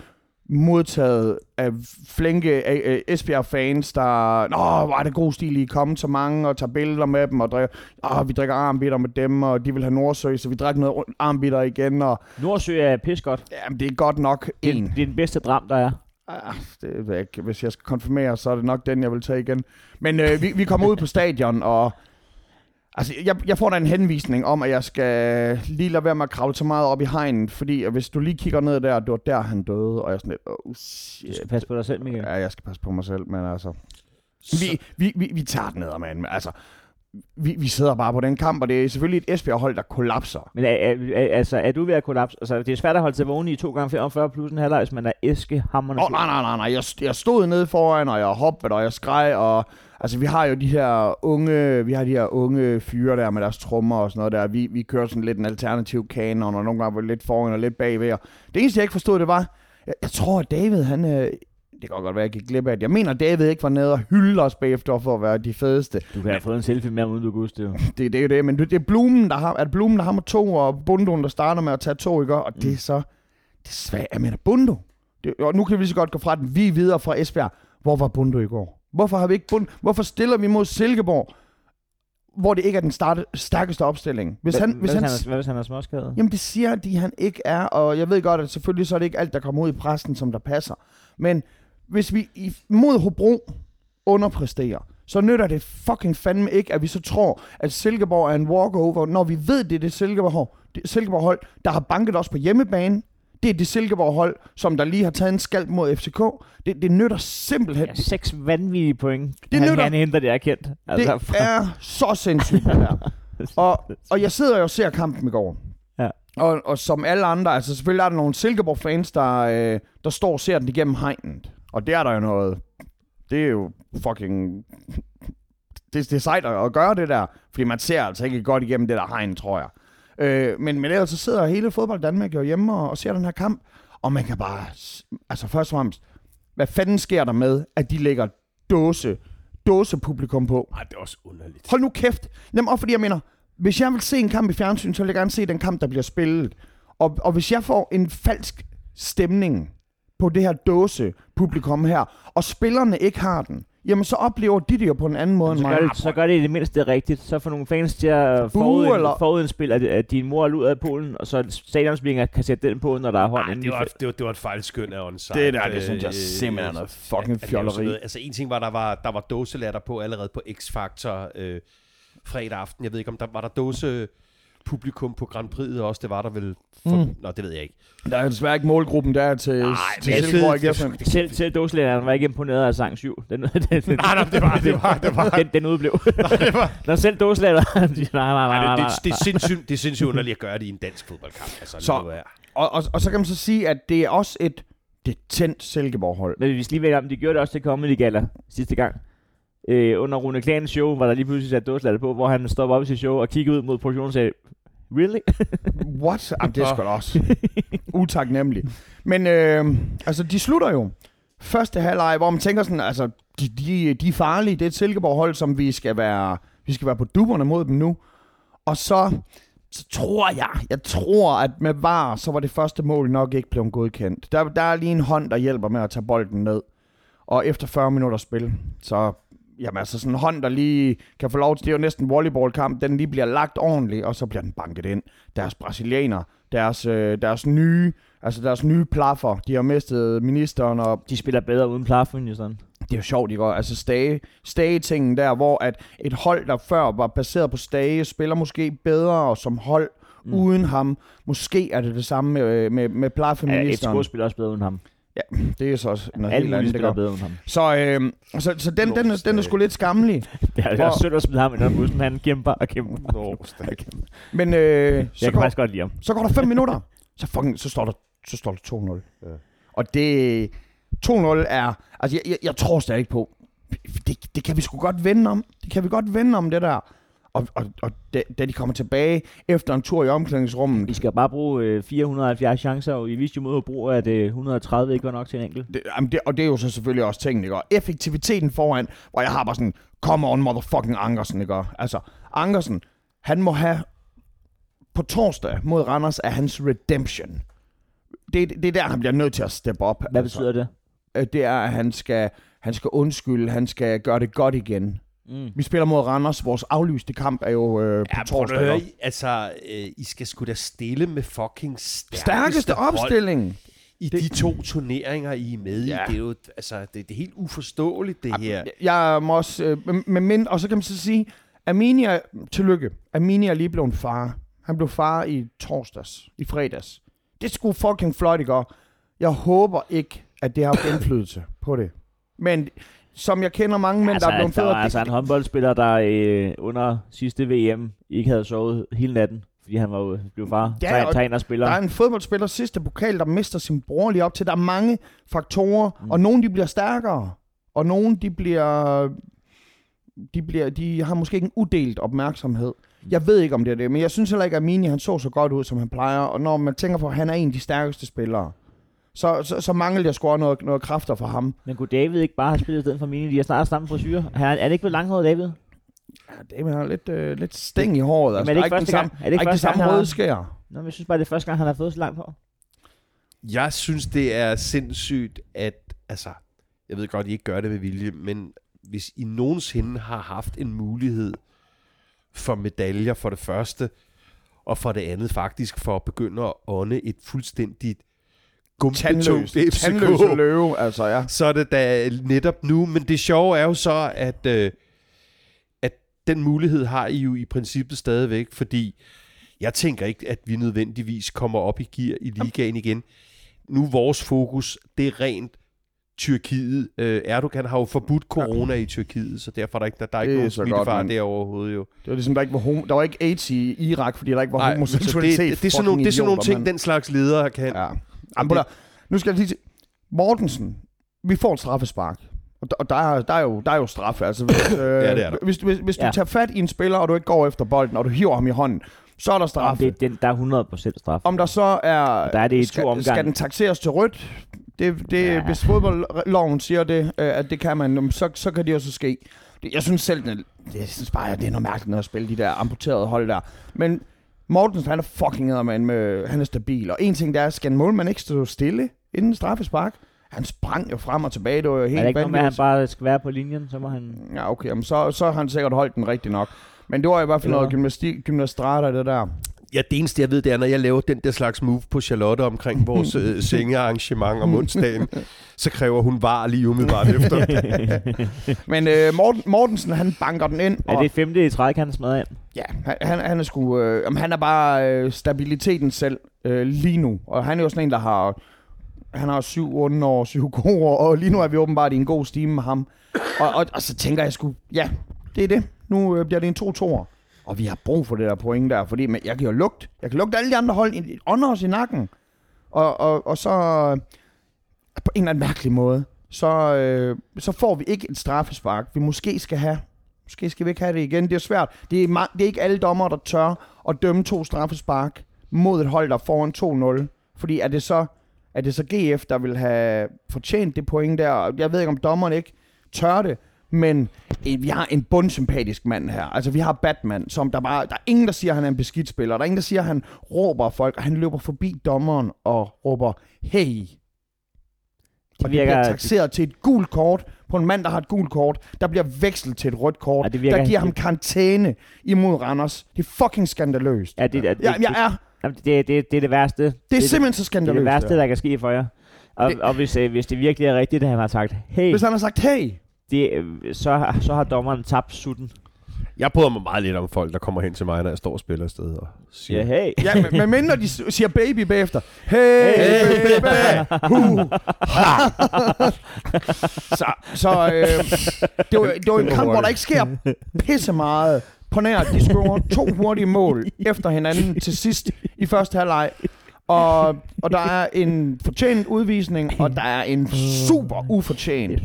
Speaker 2: modtaget af flænke af, øh, Esbjerg-fans, der... Nå, var det god stil, I er kommet så mange, og tager billeder med dem, og drikker, Åh, vi drikker armbitter med dem, og de vil have Nordsø, så vi drikker noget armbitter igen, og
Speaker 3: Nordsjø er pis godt.
Speaker 2: jamen, det er godt nok
Speaker 3: Det,
Speaker 2: en.
Speaker 3: er- det er den bedste dram, der er.
Speaker 2: Ah, det ved jeg ikke. Hvis jeg skal konfirmere, så er det nok den, jeg vil tage igen. Men øh, vi, vi kommer ud på stadion, og altså, jeg, jeg får da en henvisning om, at jeg skal lige lade være med at kravle så meget op i hegnet, fordi at hvis du lige kigger ned der, det var der, han døde, og jeg er sådan lidt, oh
Speaker 3: Du skal
Speaker 2: shit.
Speaker 3: passe på dig selv, Michael.
Speaker 2: Ja, jeg skal passe på mig selv, men altså... Vi, vi, vi, vi tager den ned, mand. Altså, vi, vi sidder bare på den kamp, og det er selvfølgelig et Esbjerg-hold, der kollapser.
Speaker 3: Men er, er, er, altså, er du ved at kollapse? Altså, det er svært at holde sig vågen i 2 gange 45 plus en halvleg, hvis man er æskehammerne.
Speaker 2: Åh, oh,
Speaker 3: fuld.
Speaker 2: nej, nej, nej, nej. Jeg, jeg stod nede foran, og jeg hoppede, og jeg skreg, og... Altså, vi har jo de her unge, vi har de her unge fyre der med deres trommer og sådan noget der. Vi, vi kører sådan lidt en alternativ kanon, og nogle gange var vi lidt foran og lidt bagved. Og det eneste, jeg ikke forstod, det var, jeg, jeg tror, at David, han... Øh, det kan godt være, jeg gik glip af det. Jeg mener, David ikke var nede og hylde os bagefter for at være de fedeste.
Speaker 3: Du kan have fået en selfie med ham, uden du kunne huske det. jo.
Speaker 2: Det, det er jo det, men det, det er Blumen, der har, er det Blumen, der har med to, og Bundoen, der starter med at tage to, ikke? Og
Speaker 3: Mm.
Speaker 2: det er så desværre, jeg mener, Bundo. Det, og nu kan vi lige så godt gå fra den. Vi er videre fra Esbjerg. Hvor var Bundo i går? Hvorfor har vi ikke Bundo? Hvorfor stiller vi mod Silkeborg, hvor det ikke er den starte, stærkeste opstilling? Hvis han,
Speaker 3: Hvad-
Speaker 2: hvis
Speaker 3: hvad,
Speaker 2: han,
Speaker 3: hvis han, er- hvad hvis han er småskadet?
Speaker 2: Jamen det siger de, han ikke er, og jeg ved godt, at selvfølgelig så er det ikke alt, der kommer ud i pressen, som der passer. Men hvis vi i- mod Hobro underpræsterer, så nytter det fucking fandme ikke, at vi så tror, at Silkeborg er en walkover, når vi ved, det er det Silkeborg, det Silkeborg hold, der har banket os på hjemmebane. Det er det Silkeborg hold, som der lige har taget en skalp mod FCK. Det, det nytter simpelthen.
Speaker 3: Ja, seks vanvittige point.
Speaker 2: Det
Speaker 3: Det han,
Speaker 2: nytter.
Speaker 3: han henter det, jeg er kendt. Altså,
Speaker 2: Det er så sindssygt, det der. Og, og jeg sidder jo og ser kampen i går.
Speaker 3: Ja.
Speaker 2: Og, og som alle andre, altså selvfølgelig er der nogle Silkeborg-fans, der, øh, der står og ser den igennem hegnet. Og det er der jo noget... Det er jo fucking... Det, det er sejt at at gøre det der, fordi man ser altså ikke godt igennem det der hegn, tror jeg. Øh, men, men ellers så sidder hele fodbold Danmark jo hjemme og, og ser den her kamp, og man kan bare... s- Altså først og fremmest, hvad fanden sker der med, at de lægger dåse, dåsepublikum på?
Speaker 4: Ej, det er også underligt.
Speaker 2: Hold nu kæft. Jamen, og fordi jeg mener, hvis jeg vil se en kamp i fjernsyn, så vil jeg gerne se den kamp, der bliver spillet. Og, og hvis jeg får en falsk stemning på det her dåse publikum her, og spillerne ikke har den, jamen så oplever de det jo på en anden måde end
Speaker 3: Så
Speaker 2: mig.
Speaker 3: gør, det, så gør det i det mindste det rigtigt. Så får nogle fans til at forud,
Speaker 2: eller-
Speaker 3: eller... forudindspille, at, at din mor er ud af Polen, og så stadionsblinger kan sætte den på, når der er hånd.
Speaker 4: Nej,
Speaker 3: inden
Speaker 4: det
Speaker 3: i
Speaker 4: var,
Speaker 3: fe-
Speaker 4: det, var, det var et fejlskøn af Øh, onside.
Speaker 2: Det der, det synes jeg simpelthen er noget
Speaker 4: altså, at-
Speaker 2: fucking
Speaker 4: at lave sådan
Speaker 2: fjolleri.
Speaker 4: noget. Altså en ting var, der var, der var dåselatter på allerede på X-Factor øh, fredag aften. Jeg ved ikke, om der var der dåse publikum på Grand Prix'et også. Det var der vel... For... Mm. Nå, det ved jeg ikke.
Speaker 2: Der er desværre ikke målgruppen der til,
Speaker 4: Nej,
Speaker 2: til
Speaker 4: men jeg
Speaker 2: Silkeborg
Speaker 4: synes-
Speaker 2: IKF.
Speaker 3: Selv, selv dåselænderen var ikke imponeret af sang 7. Den, den, den,
Speaker 4: Nej, nej, det var... Det var, det var.
Speaker 3: den, den udblev. Når selv dåselænderen siger, nej, nej, nej, nej,
Speaker 4: Nej, det,
Speaker 3: nej.
Speaker 4: det, det, er sindssygt, det er sindssygt underligt at gøre det i en dansk fodboldkamp. Altså,
Speaker 2: Så-
Speaker 4: nu er-
Speaker 2: Og, og, og så kan man så sige, at det er også et det er tændt Silkeborg-hold.
Speaker 3: Men hvis lige vender om, de gjorde det også til Comedy Gala sidste gang. Øh, under Rune Klans show, var der lige pludselig sat dåselætter på, hvor han stopper op i sit show og kiggede ud mod produktionen og sagde, really?
Speaker 2: What? Jamen, det er sgu da også utaknemmelig. Men øh, altså, de slutter jo. Første halvleg, hvor man tænker sådan, altså, de, de, de er farlige. Det er et Silkeborg-hold, som vi skal være, vi skal være på duberne mod dem nu. Og så, så tror jeg, jeg tror, at med VAR, så var det første mål nok ikke blevet godkendt. Der, der er lige en hånd, der hjælper med at tage bolden ned. Og efter 40 minutter spil, så jamen altså sådan en hånd, der lige kan få lov til, det er jo næsten en volleyballkamp, den lige bliver lagt ordentligt, og så bliver den banket ind. Deres brasilianer, deres, øh, deres nye, altså deres nye plaffer, de har mistet ministeren, og
Speaker 3: De spiller bedre uden plafon, jo sådan.
Speaker 2: det er jo sjovt, ikke? Og Altså stage, stage-tingen der, hvor at et hold, der før var baseret på stage, spiller måske bedre som hold mm. uden ham. Måske er det det samme med, øh, med, med
Speaker 3: Ja, et
Speaker 2: plejefeministeren.
Speaker 3: spiller også bedre uden ham.
Speaker 2: det er så også noget
Speaker 3: Alle
Speaker 2: helt
Speaker 3: mulige
Speaker 2: andet, det gør.
Speaker 3: spiller bedre uden ham.
Speaker 2: Så, øh, så, så den, den, er, den er sgu lidt skammelig.
Speaker 3: Det er, det er
Speaker 2: Hvor-
Speaker 3: også synd at smide ham i den bussen. Han kæmper og kæmper.
Speaker 2: Men øh, så,
Speaker 3: Jeg kan
Speaker 2: går,
Speaker 3: faktisk godt lide ham.
Speaker 2: så går der 5 minutter, så, fucking, så står der, så står der 2-0. Ja. Og det... 2-0 er... Altså, jeg, jeg, jeg tror stadig ikke på. Det, det kan vi sgu godt vende om. Det kan vi godt vende om, det der. Og, og, og da, da de kommer tilbage efter en tur i omklædningsrummet...
Speaker 3: Vi skal bare bruge øh, 470 chancer, og I viste jo mod at bruge, at øh, 130 ikke var nok til en enkelt.
Speaker 2: Det, jamen det, og det er jo så selvfølgelig også tingene, ikke? Og effektiviteten foran, hvor jeg har bare sådan, come on motherfucking Ankersen, ikke? Og Altså, Ankersen, han må have, på torsdag mod Randers, er hans redemption. Det, det er der, han bliver nødt til at steppe op.
Speaker 3: Hvad betyder det?
Speaker 2: det? Øh, Det er, at han skal, han skal undskylde, han skal gøre det godt igen.
Speaker 3: Mm.
Speaker 2: Vi spiller mod Randers, vores aflyste kamp er jo øh,
Speaker 4: Ja,
Speaker 2: på
Speaker 4: prøv at
Speaker 2: torsdag.
Speaker 4: høre,
Speaker 2: ikke?
Speaker 4: I- altså, øh, I skal sgu da stille med fucking stærkeste,
Speaker 2: Stærkeste
Speaker 4: hold
Speaker 2: opstilling!
Speaker 4: i det... de to turneringer, I er med ja. i. Det er jo, altså, det, det er helt uforståeligt, det Jamen, her.
Speaker 2: Jeg må også... Øh, men- men, men, og så kan man så sige, Aminia, tillykke. Aminia er lige blevet far. Han blev far i torsdags, i fredags. Det skulle fucking flot, ikke? Og Jeg håber ikke, at det har haft indflydelse på det. Men som jeg kender mange mænd,
Speaker 3: altså,
Speaker 2: altså, der er blevet
Speaker 3: der var
Speaker 2: federe...
Speaker 3: altså en håndboldspiller, der øh, under sidste VM ikke havde sovet hele natten, fordi han var jo blev far,
Speaker 2: Ja,
Speaker 3: ja, træ,
Speaker 2: og
Speaker 3: træner og spiller.
Speaker 2: Der er en fodboldspiller sidste pokal, der mister sin bror lige op til. Der er mange faktorer, mm. og nogle de bliver stærkere, og nogle de bliver, de bliver... De har måske ikke en udelt opmærksomhed. Jeg ved ikke, om det er det, men jeg synes heller ikke, at Mini han så så godt ud, som han plejer. Og når man tænker på, at han er en af de stærkeste spillere, så, så, så mangler jeg sgu også noget, noget kræfter for ham.
Speaker 3: Men kunne David ikke bare have spillet i stedet for Mini? De har snart samme frisyr. Er, er det ikke blevet langhåret, David?
Speaker 2: Ja, det er lidt, øh, lidt sting i håret. Altså,
Speaker 3: Jamen,
Speaker 2: der
Speaker 3: er det ikke
Speaker 2: den
Speaker 3: første gang-
Speaker 2: samme-
Speaker 3: er det ikke
Speaker 2: der ikke de
Speaker 3: første
Speaker 2: samme
Speaker 3: gang, han-
Speaker 2: røde skær.
Speaker 3: Nå, men jeg synes bare, det er første gang, han har fået så langt hår.
Speaker 4: Jeg synes, det er sindssygt, at... Altså, jeg ved godt, I ikke gør det med vilje, men hvis I nogensinde har haft en mulighed for medaljer for det første, og for det andet faktisk for at begynde at ånde et fuldstændigt gumpetungt
Speaker 2: Tandløs,
Speaker 4: FCK.
Speaker 2: tandløs løve, altså ja.
Speaker 4: så er det da netop nu. Men det sjove er jo så, at, øh, at den mulighed har I jo i princippet stadigvæk, fordi jeg tænker ikke, at vi nødvendigvis kommer op i gear i ligaen igen. Nu er vores fokus, det er rent Tyrkiet. Øh, Erdogan har jo forbudt corona i Tyrkiet, så derfor er der ikke, der, der er ikke
Speaker 2: Det er
Speaker 4: nogen
Speaker 2: så godt,
Speaker 4: smittefar
Speaker 2: mand.
Speaker 4: der overhovedet jo.
Speaker 2: Det var ligesom, der ikke var, homo, der var ikke AIDS i Irak, fordi der ikke var
Speaker 4: Nej, men så
Speaker 2: homoseksualitet.
Speaker 4: det, det, er sådan nogle, det er sådan nogle ting, den slags ledere kan.
Speaker 2: Ja. Jamen, prøv at- nu skal jeg lige til... Mortensen, vi får et straffespark. Og der, og der, er, der, er, jo, der er jo straf, altså. Hvis, øh, ja,
Speaker 4: det er der.
Speaker 2: Hvis, hvis, hvis du
Speaker 3: Ja.
Speaker 2: tager fat i en spiller, og du ikke går efter bolden, og du hiver ham i hånden, så er der straf.
Speaker 3: Om det, den, der er 100% straf.
Speaker 2: Om der så er...
Speaker 3: Der er det i to
Speaker 2: skal,
Speaker 3: omgange.
Speaker 2: skal den takseres til rødt? Det, det, ja.
Speaker 3: Ja.
Speaker 2: Hvis fodboldloven siger det, øh, at det kan man, så, så kan det jo så ske. Det- Jeg synes selv, det, jeg synes bare, at det er noget mærkeligt noget at spille de der amputerede hold der. Men Mortensen, han er fucking eddermand med, han er stabil. Og en ting, der er, skal en målmand ikke stå stille inden straffespark? Han sprang jo frem og tilbage, det var jo
Speaker 3: er det
Speaker 2: helt
Speaker 3: ikke noget med, at han
Speaker 2: vanvittigt.
Speaker 3: bare skal være på linjen, så må han...
Speaker 2: Ja, okay, jamen, så, så har han sikkert holdt den rigtig nok. Men det var i hvert fald
Speaker 3: Eller
Speaker 2: noget
Speaker 3: hvad?
Speaker 2: gymnastik, gymnastrata, det der.
Speaker 4: Ja, det eneste, jeg ved, det er, når jeg laver den der slags move på Charlotte omkring vores øh, sengearrangement om onsdagen, så kræver hun var lige umiddelbart efter.
Speaker 2: Men øh, Morten, Mortensen, han banker den ind.
Speaker 3: Er
Speaker 2: og-
Speaker 3: det femte i træk, han smadrer ind?
Speaker 2: Ja, han, han, han er sgu... Øh, jamen, han er bare øh, stabiliteten selv øh, lige nu. Og han er jo sådan en, der har... Han har syv onde år, syv gode år, og lige nu er vi åbenbart i en god stime med ham. Og, og, og så tænker jeg sgu, ja, det er det. Nu øh, bliver det en 2 2 Og vi har brug for det der point der, fordi men jeg kan jo lugte. Jeg kan lugte alle de andre hold i- ånder os i nakken. Og, og, og så... øh, På en eller anden mærkelig måde, så, øh, så får vi ikke et straffespark. Vi måske skal have Måske skal vi ikke have det igen. Det er svært. Det er, ma- det er ikke alle dommer, der tør at dømme to straffespark mod et hold, der foran 2-0. Fordi er det så, er det så GF, der vil have fortjent det point der? Og Jeg ved ikke, om dommeren ikke tør det, men eh, vi har en bundsympatisk mand her. Altså, vi har Batman, som der bare... Der er ingen, der siger, at han er en beskidt spiller. Der er ingen, der siger, at han råber af folk. Og han løber forbi dommeren og råber, hey, og det bliver taxeret til et gult kort på en mand, der har et gult kort. Der bliver vekslet til et rødt kort.
Speaker 3: Ja, det virker
Speaker 2: der giver ham
Speaker 3: helt-
Speaker 2: karantæne imod Randers. Det er fucking skandaløst.
Speaker 3: Ja, det, er, det,
Speaker 2: Ja, jeg er.
Speaker 3: Jamen, det, det, det, det er det værste.
Speaker 2: Det er simpelthen så
Speaker 3: det, er det
Speaker 2: skandaløst.
Speaker 3: værste,
Speaker 2: der.
Speaker 3: der kan ske for jer. Og,
Speaker 2: Det-
Speaker 3: det, og hvis, øh, hvis det virkelig er rigtigt, at han har sagt, hey,
Speaker 2: Hvis han har sagt, hey,
Speaker 3: det, øh, så, har- så har dommeren tabt sutten.
Speaker 4: Jeg bryder mig meget lidt om folk, der kommer hen til mig, når jeg står og spiller et sted og siger,
Speaker 3: Ja, hey.
Speaker 2: ja, men, men mindre de s- siger baby bagefter. Hey,
Speaker 3: Hey,
Speaker 2: hey baby, hu, ha. Så, så øh, det, var, det var en kamp, hvor der ikke sker pisse meget på nær, at de scorer to hurtige mål efter hinanden til sidst i første halvleg. Og, og der er en fortjent udvisning, og der er en super ufortjent,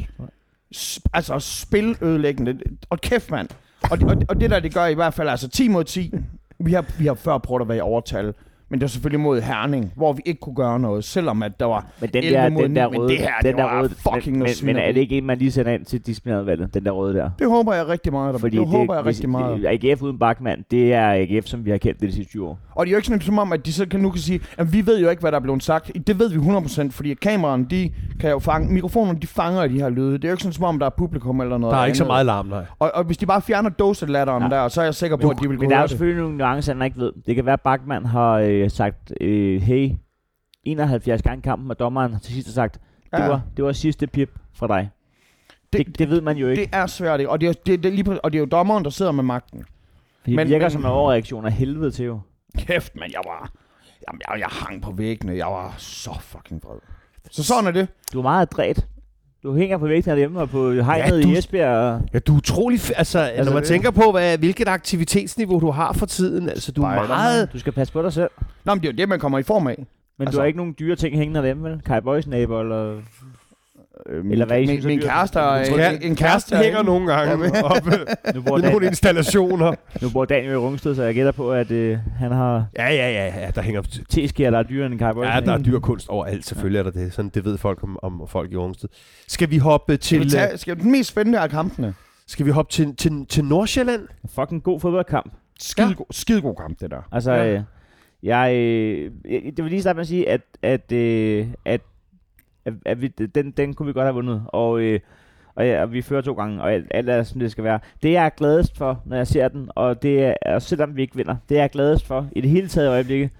Speaker 2: sp- altså spilødelæggende. Og kæft, mand. Og, og, og det der, det gør i hvert fald, altså 10 mod 10. Vi har, vi har før prøvet at være i overtal, men det var selvfølgelig mod Herning, hvor vi ikke kunne gøre noget, selvom at der var
Speaker 3: Men den
Speaker 2: 11
Speaker 3: der,
Speaker 2: mod
Speaker 3: den
Speaker 2: 9,
Speaker 3: der
Speaker 2: men
Speaker 3: røde,
Speaker 2: det her,
Speaker 3: den
Speaker 2: det
Speaker 3: der
Speaker 2: var
Speaker 3: røde,
Speaker 2: fucking
Speaker 3: men, men,
Speaker 2: noget
Speaker 3: men er
Speaker 2: svineri.
Speaker 3: det ikke en, man lige sender ind til disciplinærudvalget, den der røde der?
Speaker 2: Det håber jeg rigtig meget, der det, håber jeg
Speaker 3: hvis-
Speaker 2: rigtig meget.
Speaker 3: AGF uden Bachmann, det er AGF, som vi har kendt det de sidste 20 år.
Speaker 2: Og det er jo ikke sådan, som om, at de så kan nu kan sige, at vi ved jo ikke, hvad der er blevet sagt. Det ved vi 100%, fordi kameraerne, de kan jo fange, mikrofonerne, de fanger de her lyde. Det er jo ikke sådan, som om, der er publikum eller noget
Speaker 4: der er ikke så
Speaker 2: andet.
Speaker 4: meget larm, nej.
Speaker 2: Og, og hvis de bare fjerner dåselatteren ja.
Speaker 3: Ja.
Speaker 2: der, så er jeg sikker på, at de vil
Speaker 3: Men
Speaker 2: kunne
Speaker 3: der er jo
Speaker 2: høre det.
Speaker 3: selvfølgelig nogle nuancer, han ikke ved. Det kan være, at Bachmann har øh, sagt, øh, hey, 71 gange i kampen, og dommeren har til sidst har sagt, det,
Speaker 2: Ja.
Speaker 3: var, det var sidste pip fra dig.
Speaker 2: Det-
Speaker 3: Det, det, det ved man jo ikke.
Speaker 2: Det er svært, ikke? og det er, jo- det, det, er lige på, og det er jo dommeren, der sidder med magten.
Speaker 3: Det,
Speaker 2: men-
Speaker 3: det virker
Speaker 2: men-
Speaker 3: men, som en overreaktion af helvede til jo.
Speaker 2: Kæft, men jeg var... Jamen, jeg, jeg hang på væggene. Jeg var så fucking vred. Så sådan er det.
Speaker 3: Du er meget adræt. Du hænger på vægten derhjemme og på hegnet
Speaker 4: du-
Speaker 3: ja, i Esbjerg. Og,
Speaker 4: Ja, du er utrolig... F- altså, altså, når man
Speaker 3: det-
Speaker 4: tænker på, hvad, hvilket aktivitetsniveau du har for tiden, altså, du er
Speaker 2: Spider-Man.
Speaker 4: meget...
Speaker 3: du skal passe på dig selv.
Speaker 2: Nå, men det er jo det, man kommer i form af.
Speaker 3: Men altså,
Speaker 2: Altså-
Speaker 3: du har ikke nogen dyre ting hængende derhjemme, vel? Kai Boys nabo, eller...
Speaker 2: Øh,
Speaker 3: Eller hvad I
Speaker 2: min,
Speaker 3: synes er
Speaker 2: min
Speaker 3: dyrt.
Speaker 2: kæreste er en, en kæreste.
Speaker 4: Kæresten hænger nogle gange
Speaker 2: Ja,
Speaker 4: oppe
Speaker 3: Nu bor,
Speaker 4: i nogle
Speaker 3: Dan,
Speaker 4: installationer.
Speaker 3: nu bor Daniel i Rungsted, så jeg gætter på, at øh, han har
Speaker 4: Ja, ja, ja, ja, der hænger
Speaker 3: teskærer, der er dyrere end Kai Boys.
Speaker 4: Ja, der er dyr kunst overalt, selvfølgelig er der det. Sådan, det ved folk om, om folk i Rungsted. Skal vi hoppe
Speaker 2: Skal vi
Speaker 4: til, øh,
Speaker 2: tage, skal den mest spændende af kampene?
Speaker 4: skal vi hoppe til, til, til Nordsjælland?
Speaker 3: Fucking god fodboldkamp.
Speaker 2: Skidegod, skidegod kamp, det der.
Speaker 3: Altså,
Speaker 4: Ja.
Speaker 3: ja. øh, jeg, øh, jeg, det vil lige starte med at sige, at, at, øh, at, at, at vi, den, den kunne vi godt have vundet, og, øh, og, ja, og vi fører to gange, og alt, alt er, som det skal være. Det, jeg er gladest for, når jeg ser den, og det er, og selvom vi ikke vinder, det, jeg er gladest for i det hele taget i øjeblikket,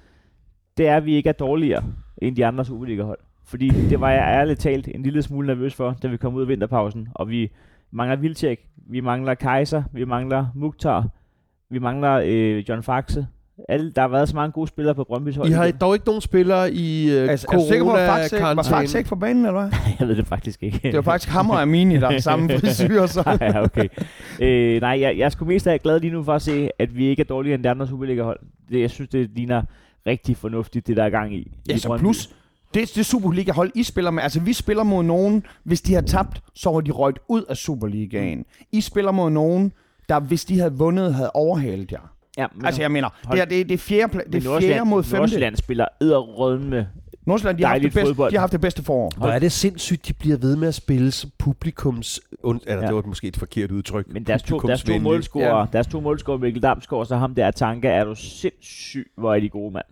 Speaker 3: det er, at vi ikke er dårligere end de andre Superliga-hold. Fordi det var jeg ærligt talt en lille smule nervøs for, da vi kom ud af vinterpausen, og vi mangler Vilcek, vi mangler Kaiser, vi mangler Mukhtar, vi mangler øh, John Faxe, alle, der har været så mange gode spillere på Brøndby's hold.
Speaker 4: I har
Speaker 3: igen.
Speaker 4: dog ikke nogen spillere i øh,
Speaker 2: Altså,
Speaker 4: altså,
Speaker 2: er du sikker på, at Faxe ikke- var Faxe
Speaker 4: corona-karantæne.
Speaker 2: ikke på banen, eller hvad?
Speaker 3: Jeg ved det faktisk ikke.
Speaker 2: Det var faktisk Hammer og Amini, der har samme frisyr. Så.
Speaker 3: ja, okay. Øh, nej, jeg, jeg er sgu mest af glad lige nu for at se, at vi ikke er dårligere end de andre Superliga-hold. Det, jeg synes, det ligner rigtig fornuftigt, det der er gang i.
Speaker 2: Ja,
Speaker 3: i
Speaker 2: så
Speaker 3: Brøndby.
Speaker 2: plus, det, det Superliga-hold, I spiller med, altså vi spiller mod nogen, hvis de har tabt, så var de røgt ud af Superligaen. I spiller mod nogen, der hvis de havde vundet, havde overhalet jer.
Speaker 3: Ja, men,
Speaker 2: Altså jeg mener, det,
Speaker 3: Hold-
Speaker 2: her, det, er- det er fjerde, pla- det er fjerde mod femte. Nordsjælland,
Speaker 3: Nordsjælland spiller edderrødme.
Speaker 2: de, har haft det
Speaker 3: Dejligt
Speaker 2: bedste,
Speaker 3: fodbold.
Speaker 2: de har haft det bedste forår.
Speaker 4: Hvor er det sindssygt, de bliver ved med at spille som publikums... Und, eller, ja.
Speaker 3: Ja.
Speaker 4: det var måske et forkert udtryk.
Speaker 3: Men deres to, deres to
Speaker 4: Publikumsvenlige.
Speaker 3: målscorer, ja. deres to målscorer, Mikkel Damsgaard, og så ham der Tanka, er du sindssyg, hvor er de gode, mand.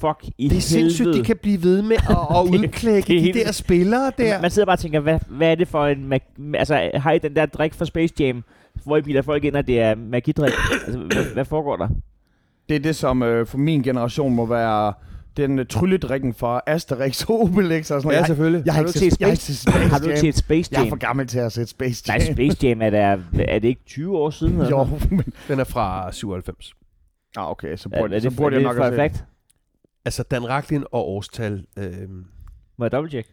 Speaker 3: fuck i
Speaker 4: Det er sindssygt, de kan blive ved med at, at
Speaker 3: Det-
Speaker 4: udklække
Speaker 3: det er
Speaker 4: de
Speaker 3: helt-
Speaker 4: der spillere der.
Speaker 3: Man sidder bare og tænker, hvad, hvad er det for en... Mag- altså, har I den der drik fra Space Jam, hvor I bilder folk ind, at det er magidrik? altså, hvad, hvad foregår der?
Speaker 2: Det er det, som øh, for min generation må være den øh, trylledrikken fra Asterix og Obelix og sådan noget. Jeg-
Speaker 4: selvfølgelig.
Speaker 2: Jeg har
Speaker 3: Har
Speaker 2: ikke
Speaker 3: du
Speaker 2: set
Speaker 3: set
Speaker 2: jeg har ikke
Speaker 3: Space-
Speaker 2: set Space
Speaker 3: Har du
Speaker 2: Jam.
Speaker 3: set Space
Speaker 2: Jeg er
Speaker 3: Jam?
Speaker 2: for gammel til at se Space Jam.
Speaker 3: Nej, Space Jam er, der, er det ikke 20 år siden? eller
Speaker 2: Jo,
Speaker 3: sådan
Speaker 2: men...
Speaker 4: Den er fra 97.
Speaker 2: Ah, okay, så
Speaker 3: noget?
Speaker 2: burde,
Speaker 3: er, er det,
Speaker 2: så burde jeg
Speaker 3: er
Speaker 2: nok
Speaker 3: det
Speaker 2: have
Speaker 3: for
Speaker 2: set.
Speaker 3: fact?
Speaker 4: Altså Dan Raklin og årstal. Øh, nu
Speaker 3: Må jeg dobbeltjekke?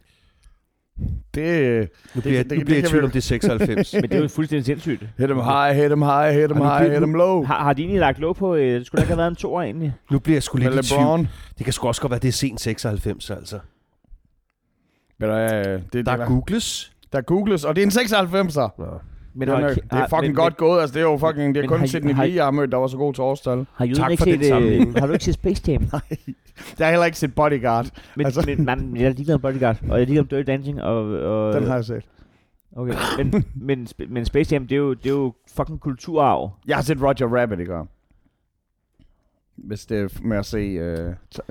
Speaker 2: Det,
Speaker 4: bliver,
Speaker 2: det-
Speaker 4: det, nu
Speaker 2: det
Speaker 4: bliver jeg i
Speaker 2: kan
Speaker 4: tvivl
Speaker 2: vi-
Speaker 4: om, det er 96.
Speaker 3: Men det er jo fuldstændig sindssygt.
Speaker 2: hit em high, hit em high, hit em
Speaker 4: Har du
Speaker 2: high, hit
Speaker 4: givet-
Speaker 2: em low.
Speaker 3: Har, har de egentlig lagt låg på? Øh, skulle der ikke have været en toer egentlig?
Speaker 4: nu bliver jeg sgu
Speaker 2: Med
Speaker 4: lidt i tvivl.
Speaker 2: LeBron.
Speaker 4: Det kan sgu også godt være, det er sent 96, altså.
Speaker 2: Men, øh, det,
Speaker 4: Der
Speaker 2: det,
Speaker 4: er googles.
Speaker 2: der googles, og det er en 96'er.
Speaker 4: Nå.
Speaker 3: Men
Speaker 2: Den
Speaker 3: har-
Speaker 2: er, det er fucking
Speaker 3: men,
Speaker 2: godt gået. Altså, det er jo fucking, det er
Speaker 3: men
Speaker 2: kun
Speaker 3: har I-
Speaker 2: Sidney
Speaker 3: har I-
Speaker 2: Lee, jeg har mødt, der var så god til årstal.
Speaker 3: Har, jøden
Speaker 4: Tak
Speaker 3: ikke
Speaker 4: for den
Speaker 3: set,
Speaker 4: sammenligning.
Speaker 3: øh, har du ikke set Space Jam?
Speaker 2: Jeg har heller ikke set Bodyguard.
Speaker 3: Men,
Speaker 2: Altså-
Speaker 3: altså. men, nej, men jeg er ligeglad med Bodyguard, og jeg er ligeglad med Dirty Dancing, og... og
Speaker 2: Den har jeg set.
Speaker 3: Okay, men, men, sp- men Space Jam, det er jo, det er jo fucking kulturarv.
Speaker 2: Jeg har set Roger Rabbit i går. Hvis det er f- med at se øh, te-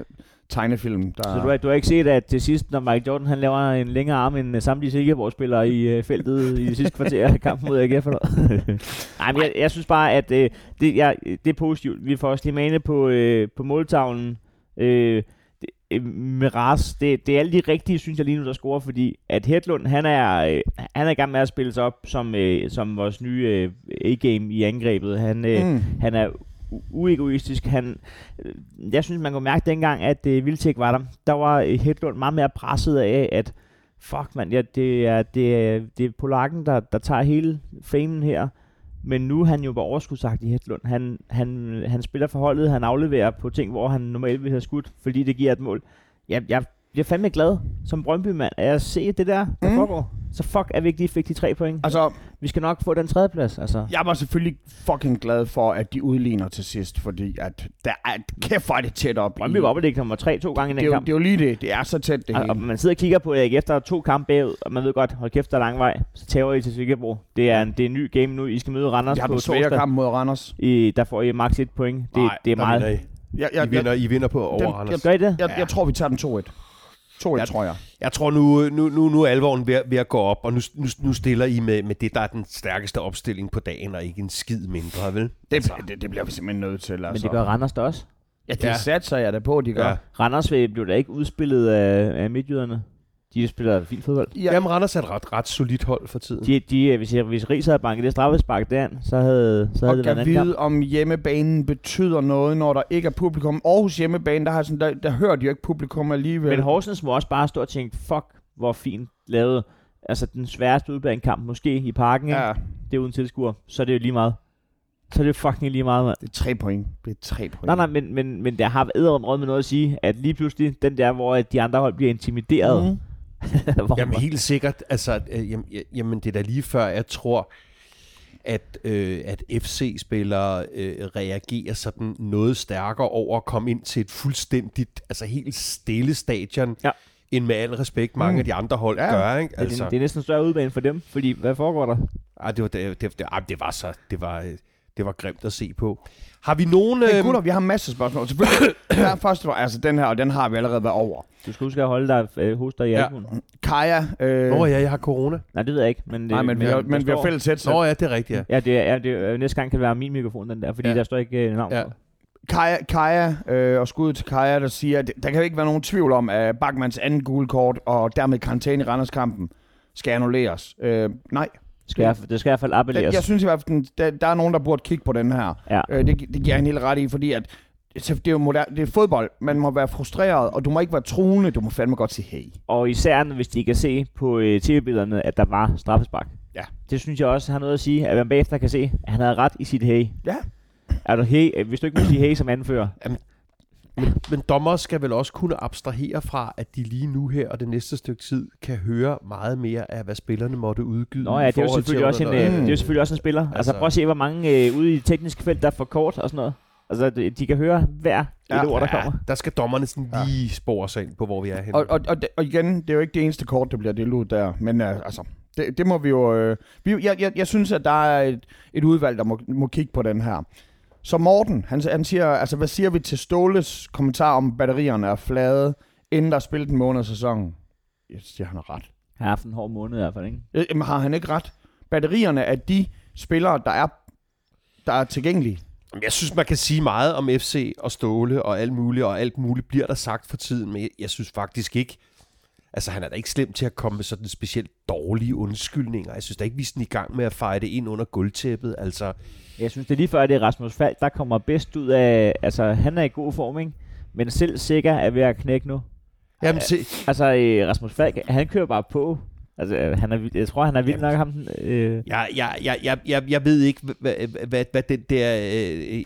Speaker 2: tegnefilm, der...
Speaker 3: Så du har, du har ikke set, at til sidst, når Mike Jordan han laver en længere arm end øh, samtlige Silkeborg-spillere i øh, feltet i det sidste kvarter af kampen mod AGF? Eller? hvad? Nej, men jeg, jeg synes bare, at øh, det, jeg, det er positivt. Vi får også lige mane på, øh, på måltavlen. Øh, det- øh, Miraz, det, det er alle de rigtige, synes jeg lige nu, der scorer, fordi at Hedlund, han er, øh, han er i gang med at spille sig op som, øh, som vores nye øh, A-game i angrebet. Han, øh,
Speaker 2: Mm.
Speaker 3: han er u- uegoistisk. Han, øh, jeg synes, man kunne mærke dengang, at øh, Vildtæk var der. Der var øh, Hedlund meget mere presset af, at fuck mand, ja, det, er, det, er, det er Polakken, der, der tager hele famen her. Men nu er han jo bare overskudsagt i Hedlund. Han, han, han spiller forholdet, han afleverer på ting, hvor han normalt ville have skudt, fordi det giver et mål. Jeg, jeg bliver fandme glad som Brøndby-mand, at jeg ser det der, der
Speaker 2: Mm.
Speaker 3: mm. foregår. Så fuck, er vigtigt, fik de tre point.
Speaker 2: Altså,
Speaker 3: Vi skal nok få den tredje plads, altså.
Speaker 2: jeg var selvfølgelig fucking glad for, at de udligner til sidst, fordi at der er, kæft hvor er det tæt op. i-
Speaker 3: Brøndby var oppe og ligge nummer tre to gange i den
Speaker 2: det er, jo,
Speaker 3: kamp.
Speaker 2: det er jo lige det. Det er så tæt, det
Speaker 3: Og, og
Speaker 2: hele.
Speaker 3: man sidder og kigger på AGF, der er to kampe bagud, og man ved godt, hold kæft, der er lang vej. Så tager I til Silkeborg. Det er, en, det er en ny game nu. I skal møde Randers
Speaker 2: Jeg har
Speaker 3: på
Speaker 2: den svære
Speaker 3: torsdag.
Speaker 2: kamp mod Randers.
Speaker 3: I, der får I maks et point. Det,
Speaker 4: Nej,
Speaker 3: det er
Speaker 4: der
Speaker 3: meget.
Speaker 4: vinder I.
Speaker 2: Jeg,
Speaker 4: I, vinder, I vinder på over
Speaker 2: Den-
Speaker 4: Randers.
Speaker 3: Gør I det?
Speaker 2: Jeg,
Speaker 4: Ja.
Speaker 2: jeg tror, vi tager den 2-1. 2-1,
Speaker 4: Ja.
Speaker 2: tror jeg.
Speaker 4: Jeg tror, nu, nu, nu, nu er alvoren ved, at- ved at gå op, og nu, nu, nu stiller I med, med det, der er den stærkeste opstilling på dagen, og ikke en skid mindre, vel?
Speaker 2: Det, det, det bliver vi simpelthen nødt til,
Speaker 3: Altså. Men
Speaker 2: altså.
Speaker 3: det gør Randers da også.
Speaker 2: Ja, det
Speaker 4: Ja.
Speaker 2: satser jeg da på, de gør.
Speaker 4: Ja.
Speaker 2: Ja.
Speaker 3: Randers øh, blev da ikke udspillet af, af midtjyderne. De spiller fint fodbold.
Speaker 4: Ja. Jamen, Randers er et ret, ret solidt hold for tiden.
Speaker 3: De, de, øh, hvis, jeg, hvis Ries havde banket det straffespark derind, så havde, så havde
Speaker 2: Og
Speaker 3: det været en anden
Speaker 2: kan
Speaker 3: kamp.
Speaker 2: vide, om hjemmebanen betyder noget, når der ikke er publikum. Aarhus hjemmebane, der, har sådan, der, der hører de jo ikke publikum alligevel.
Speaker 3: Men Horsens må også bare stå og tænke, fuck, hvor fint lavet. Altså den sværeste udbanekamp måske i parken. Ja.
Speaker 2: ja,
Speaker 3: Det er uden tilskuer. Så er det jo lige meget. Så er det fucking lige meget, mand.
Speaker 2: det er tre point. Det er tre point.
Speaker 3: Nej, nej, men, men, men der har æderen råd med noget at sige, at lige pludselig, den der, hvor at de andre hold bliver intimideret.
Speaker 2: Mm.
Speaker 3: hvor
Speaker 4: Jamen helt sikkert. Altså, øh, jamen, ja- jamen, det er da lige før, jeg tror, at, øh, at FC-spillere øh, reagerer sådan noget stærkere over at komme ind til et fuldstændigt, altså helt stille stadion,
Speaker 3: Ja.
Speaker 4: end med al respekt mange mm. af de andre hold
Speaker 2: Ja.
Speaker 4: ja. gør. Ikke?
Speaker 3: det,
Speaker 4: Altså, det,
Speaker 3: er, det
Speaker 4: det,
Speaker 3: er næsten en større udbane for dem, fordi hvad foregår der?
Speaker 4: ej, det, var, det, det, det, ej, det var så, det var, øh, det var grimt at se på. Har vi nogen...
Speaker 2: Men
Speaker 4: Øh,
Speaker 2: gutter, vi har masser af spørgsmål. Selvfølgelig, der er første, altså den her, og den har vi allerede været over.
Speaker 3: Du skal huske at holde dig øh, hos dig i
Speaker 4: Ja.
Speaker 3: ja. Nej,
Speaker 2: Kaja, øh,
Speaker 4: Nå ja, jeg har corona.
Speaker 3: det ved jeg ikke, men,
Speaker 2: nej, men, vi har,
Speaker 3: der
Speaker 2: men vi har
Speaker 3: står-
Speaker 2: fælles headset.
Speaker 4: Nå ja, det er rigtigt, ja.
Speaker 3: Ja, det er, ja, det er, næste gang kan det være min mikrofon, den der, fordi
Speaker 4: Ja.
Speaker 3: ja. der står ikke øh, navn
Speaker 4: Ja.
Speaker 3: på.
Speaker 2: Kaja, Kaja øh, og skuddet til Kaja, der siger, at der kan jo ikke være nogen tvivl om, at Bachmanns anden gule kort og dermed karantæne i Randers-kampen skal annulleres. Øh, nej,
Speaker 3: Skal jeg, det skal i hvert fald
Speaker 2: jeg,
Speaker 3: appelleres.
Speaker 2: jeg synes i hvert fald, der, der er nogen, der burde kigge på den her.
Speaker 3: Ja.
Speaker 2: Øh, det, gi- det giver han helt ret i, fordi at så det er jo moderne, det er fodbold. Man må være frustreret, og du må ikke være truende. Du må fandme godt sige hey.
Speaker 3: Og især, hvis de kan se på øh, tv-billederne, at der var straffespark.
Speaker 2: Ja.
Speaker 3: Det synes jeg også har noget at sige, at man bagefter kan se, at han havde ret i sit hey.
Speaker 2: Ja.
Speaker 3: Er du hey, Øh, hvis du ikke må sige hey som anfører,
Speaker 4: Men dommer skal vel også kunne abstrahere fra, at de lige nu her og det næste stykke tid kan høre meget mere af, hvad spillerne måtte udgyde.
Speaker 3: Nå ja,
Speaker 4: i
Speaker 3: det er jo
Speaker 4: forhold
Speaker 3: selvfølgelig
Speaker 4: til,
Speaker 3: også en,
Speaker 4: hvornår-
Speaker 3: øh, det er
Speaker 2: Mm.
Speaker 3: jo selvfølgelig også en spiller. Altså,
Speaker 4: Altså-
Speaker 3: altså prøv at se, hvor mange øh, ude i det tekniske felt, der er for kort og sådan noget. Altså, de, de kan høre hver ja,
Speaker 2: Ja.
Speaker 3: øh,
Speaker 4: Mm.
Speaker 3: et ord, der kommer.
Speaker 4: der skal dommerne sådan
Speaker 2: Ja.
Speaker 4: lige spore sig ind på, hvor vi er henne.
Speaker 2: Og, og, og, og igen, det er jo ikke det eneste kort, der bliver delt ud der. Men øh, altså, det, det må vi jo... Øh, vi, jeg, jeg, jeg synes, at der er et, et udvalg, der må, må kigge på den her. Så Morten, han, han siger, altså hvad siger vi til Ståles kommentar om, at batterierne er flade, inden der er spillet en måned af sæsonen? Jeg siger, han har ret.
Speaker 3: Han har haft en hård måned i hvert fald, ikke?
Speaker 2: Øh, Jamen, har han ikke ret? Batterierne er de spillere, der er, der er tilgængelige.
Speaker 4: Jamen, Jeg synes, man kan sige meget om FC og Ståle og alt muligt, og alt muligt bliver der sagt for tiden, men jeg- jeg synes faktisk ikke, altså han er da ikke slem til at komme med sådan specielt dårlige undskyldninger. Jeg synes da ikke, vi er sådan i gang med at feje det ind under gulvtæppet. Altså,
Speaker 3: Jeg synes, det er lige før, at det er Rasmus Falk, der kommer bedst ud af... Altså, han er i god form, ikke? Men selv sikker er ved at knække nu.
Speaker 4: jamen, se,
Speaker 3: Altså, øh, Rasmus Falk, han kører bare på. Altså, øh, han er, vild- jeg tror, han er vild nok, ham. den, Øh,
Speaker 4: jeg, jeg, jeg, jeg, jeg, jeg ved ikke, hvad, hvad- hvad, hvad den der øh,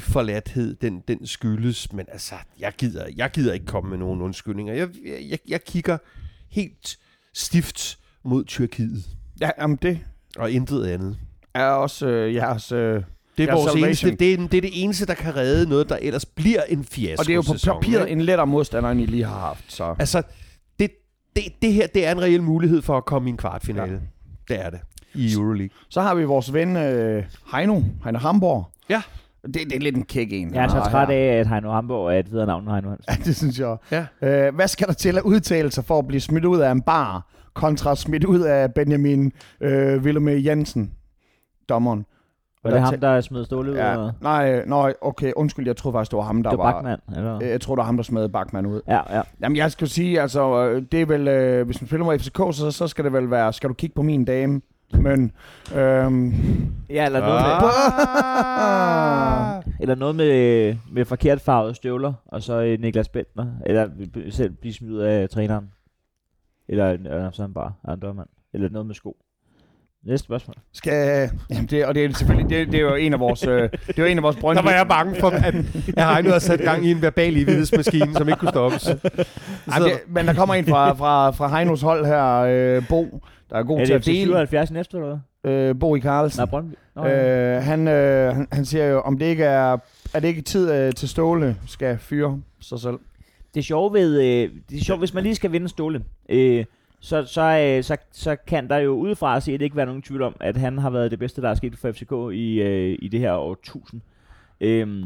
Speaker 4: energiforladthed, den, den skyldes, men altså, jeg gider, jeg gider ikke komme med nogen undskyldninger. Jeg, jeg, jeg- jeg kigger helt stift mod Tyrkiet
Speaker 2: Ja, jamen det
Speaker 4: og intet andet.
Speaker 2: er også øh, jeres... Øh,
Speaker 4: Det er,
Speaker 2: Ja,
Speaker 4: vores
Speaker 2: Salvation.
Speaker 4: eneste, det, er, det er det eneste, der kan redde noget, der ellers bliver en fiasko.
Speaker 2: og det er jo på papiret
Speaker 4: En...
Speaker 2: en lettere modstander, end I lige har haft, så...
Speaker 4: Altså, det, det, det her det er en reel mulighed for at komme i en kvartfinale. Ja. Det er det. I Euroleague.
Speaker 2: Så har vi vores ven øh, Heino, Heino Hamburg.
Speaker 4: Ja.
Speaker 2: Det, det er lidt en kæk en.
Speaker 3: jeg er
Speaker 2: han
Speaker 3: så
Speaker 2: har
Speaker 3: træt
Speaker 2: her.
Speaker 3: af, at Heino Hamburg er et videre navn end Heino Hansen.
Speaker 2: Ja, det synes jeg.
Speaker 4: Ja.
Speaker 2: Øh, hvad skal der til at udtale sig for at blive smidt ud af en bar, kontra smidt ud af Benjamin øh, Willemme Jensen, dommeren?
Speaker 3: Var det
Speaker 2: Der
Speaker 3: ham, der smed stålet ud? Ja.
Speaker 2: Ja,
Speaker 3: Det
Speaker 2: nej, nej, okay, undskyld, jeg troede faktisk, det var ham, der
Speaker 3: var
Speaker 2: var...
Speaker 3: Bachmann, eller?
Speaker 2: Øh, Jeg tror, det var ham, der smed Bachmann ud.
Speaker 3: Ja, ja.
Speaker 2: Jamen, jeg skal sige, altså, øh, det er vel, øh, hvis man spiller mod FCK, så, så skal det vel være, skal du kigge på min dame? Men, øhm,
Speaker 3: Ja, eller noget, med,
Speaker 4: Ah.
Speaker 3: eller noget med, med forkert farvede støvler, og så øh, Niklas Bentner, eller b- selv blive smidt ud af træneren. Eller øh, så er han bare er en dørmand. Eller noget med sko. Næste spørgsmål.
Speaker 2: skal, jamen det, og det er selvfølgelig, det, det er jo en af vores, øh, det er jo en af vores
Speaker 4: Der
Speaker 2: brøndby.
Speaker 4: var jeg bange for, at jeg har endnu sat gang i en verbal evighedsmaskine, som ikke kunne stoppes.
Speaker 2: Jamen, det, men der kommer en fra, fra, fra Heinos hold her, øh, Bo, der er god
Speaker 3: Er
Speaker 2: til
Speaker 3: det
Speaker 2: at
Speaker 3: FC
Speaker 2: dele.
Speaker 3: 77 næste eller hvad?
Speaker 2: Øh, Bo i Carlsen.
Speaker 3: Nej, Brøndby. Nå, øh,
Speaker 2: Øh, han, øh, han, han siger jo, om det ikke er, er det ikke tid øh, til Ståle skal fyre sig selv.
Speaker 3: det er sjovt ved, øh, det er sjovt, hvis man lige skal vinde stålen, øh, så, så, øh, så, så kan der jo udefra se, at det ikke være nogen tvivl om, at han har været det bedste, der er sket for FCK i, øh, i det her år 1000. Øh,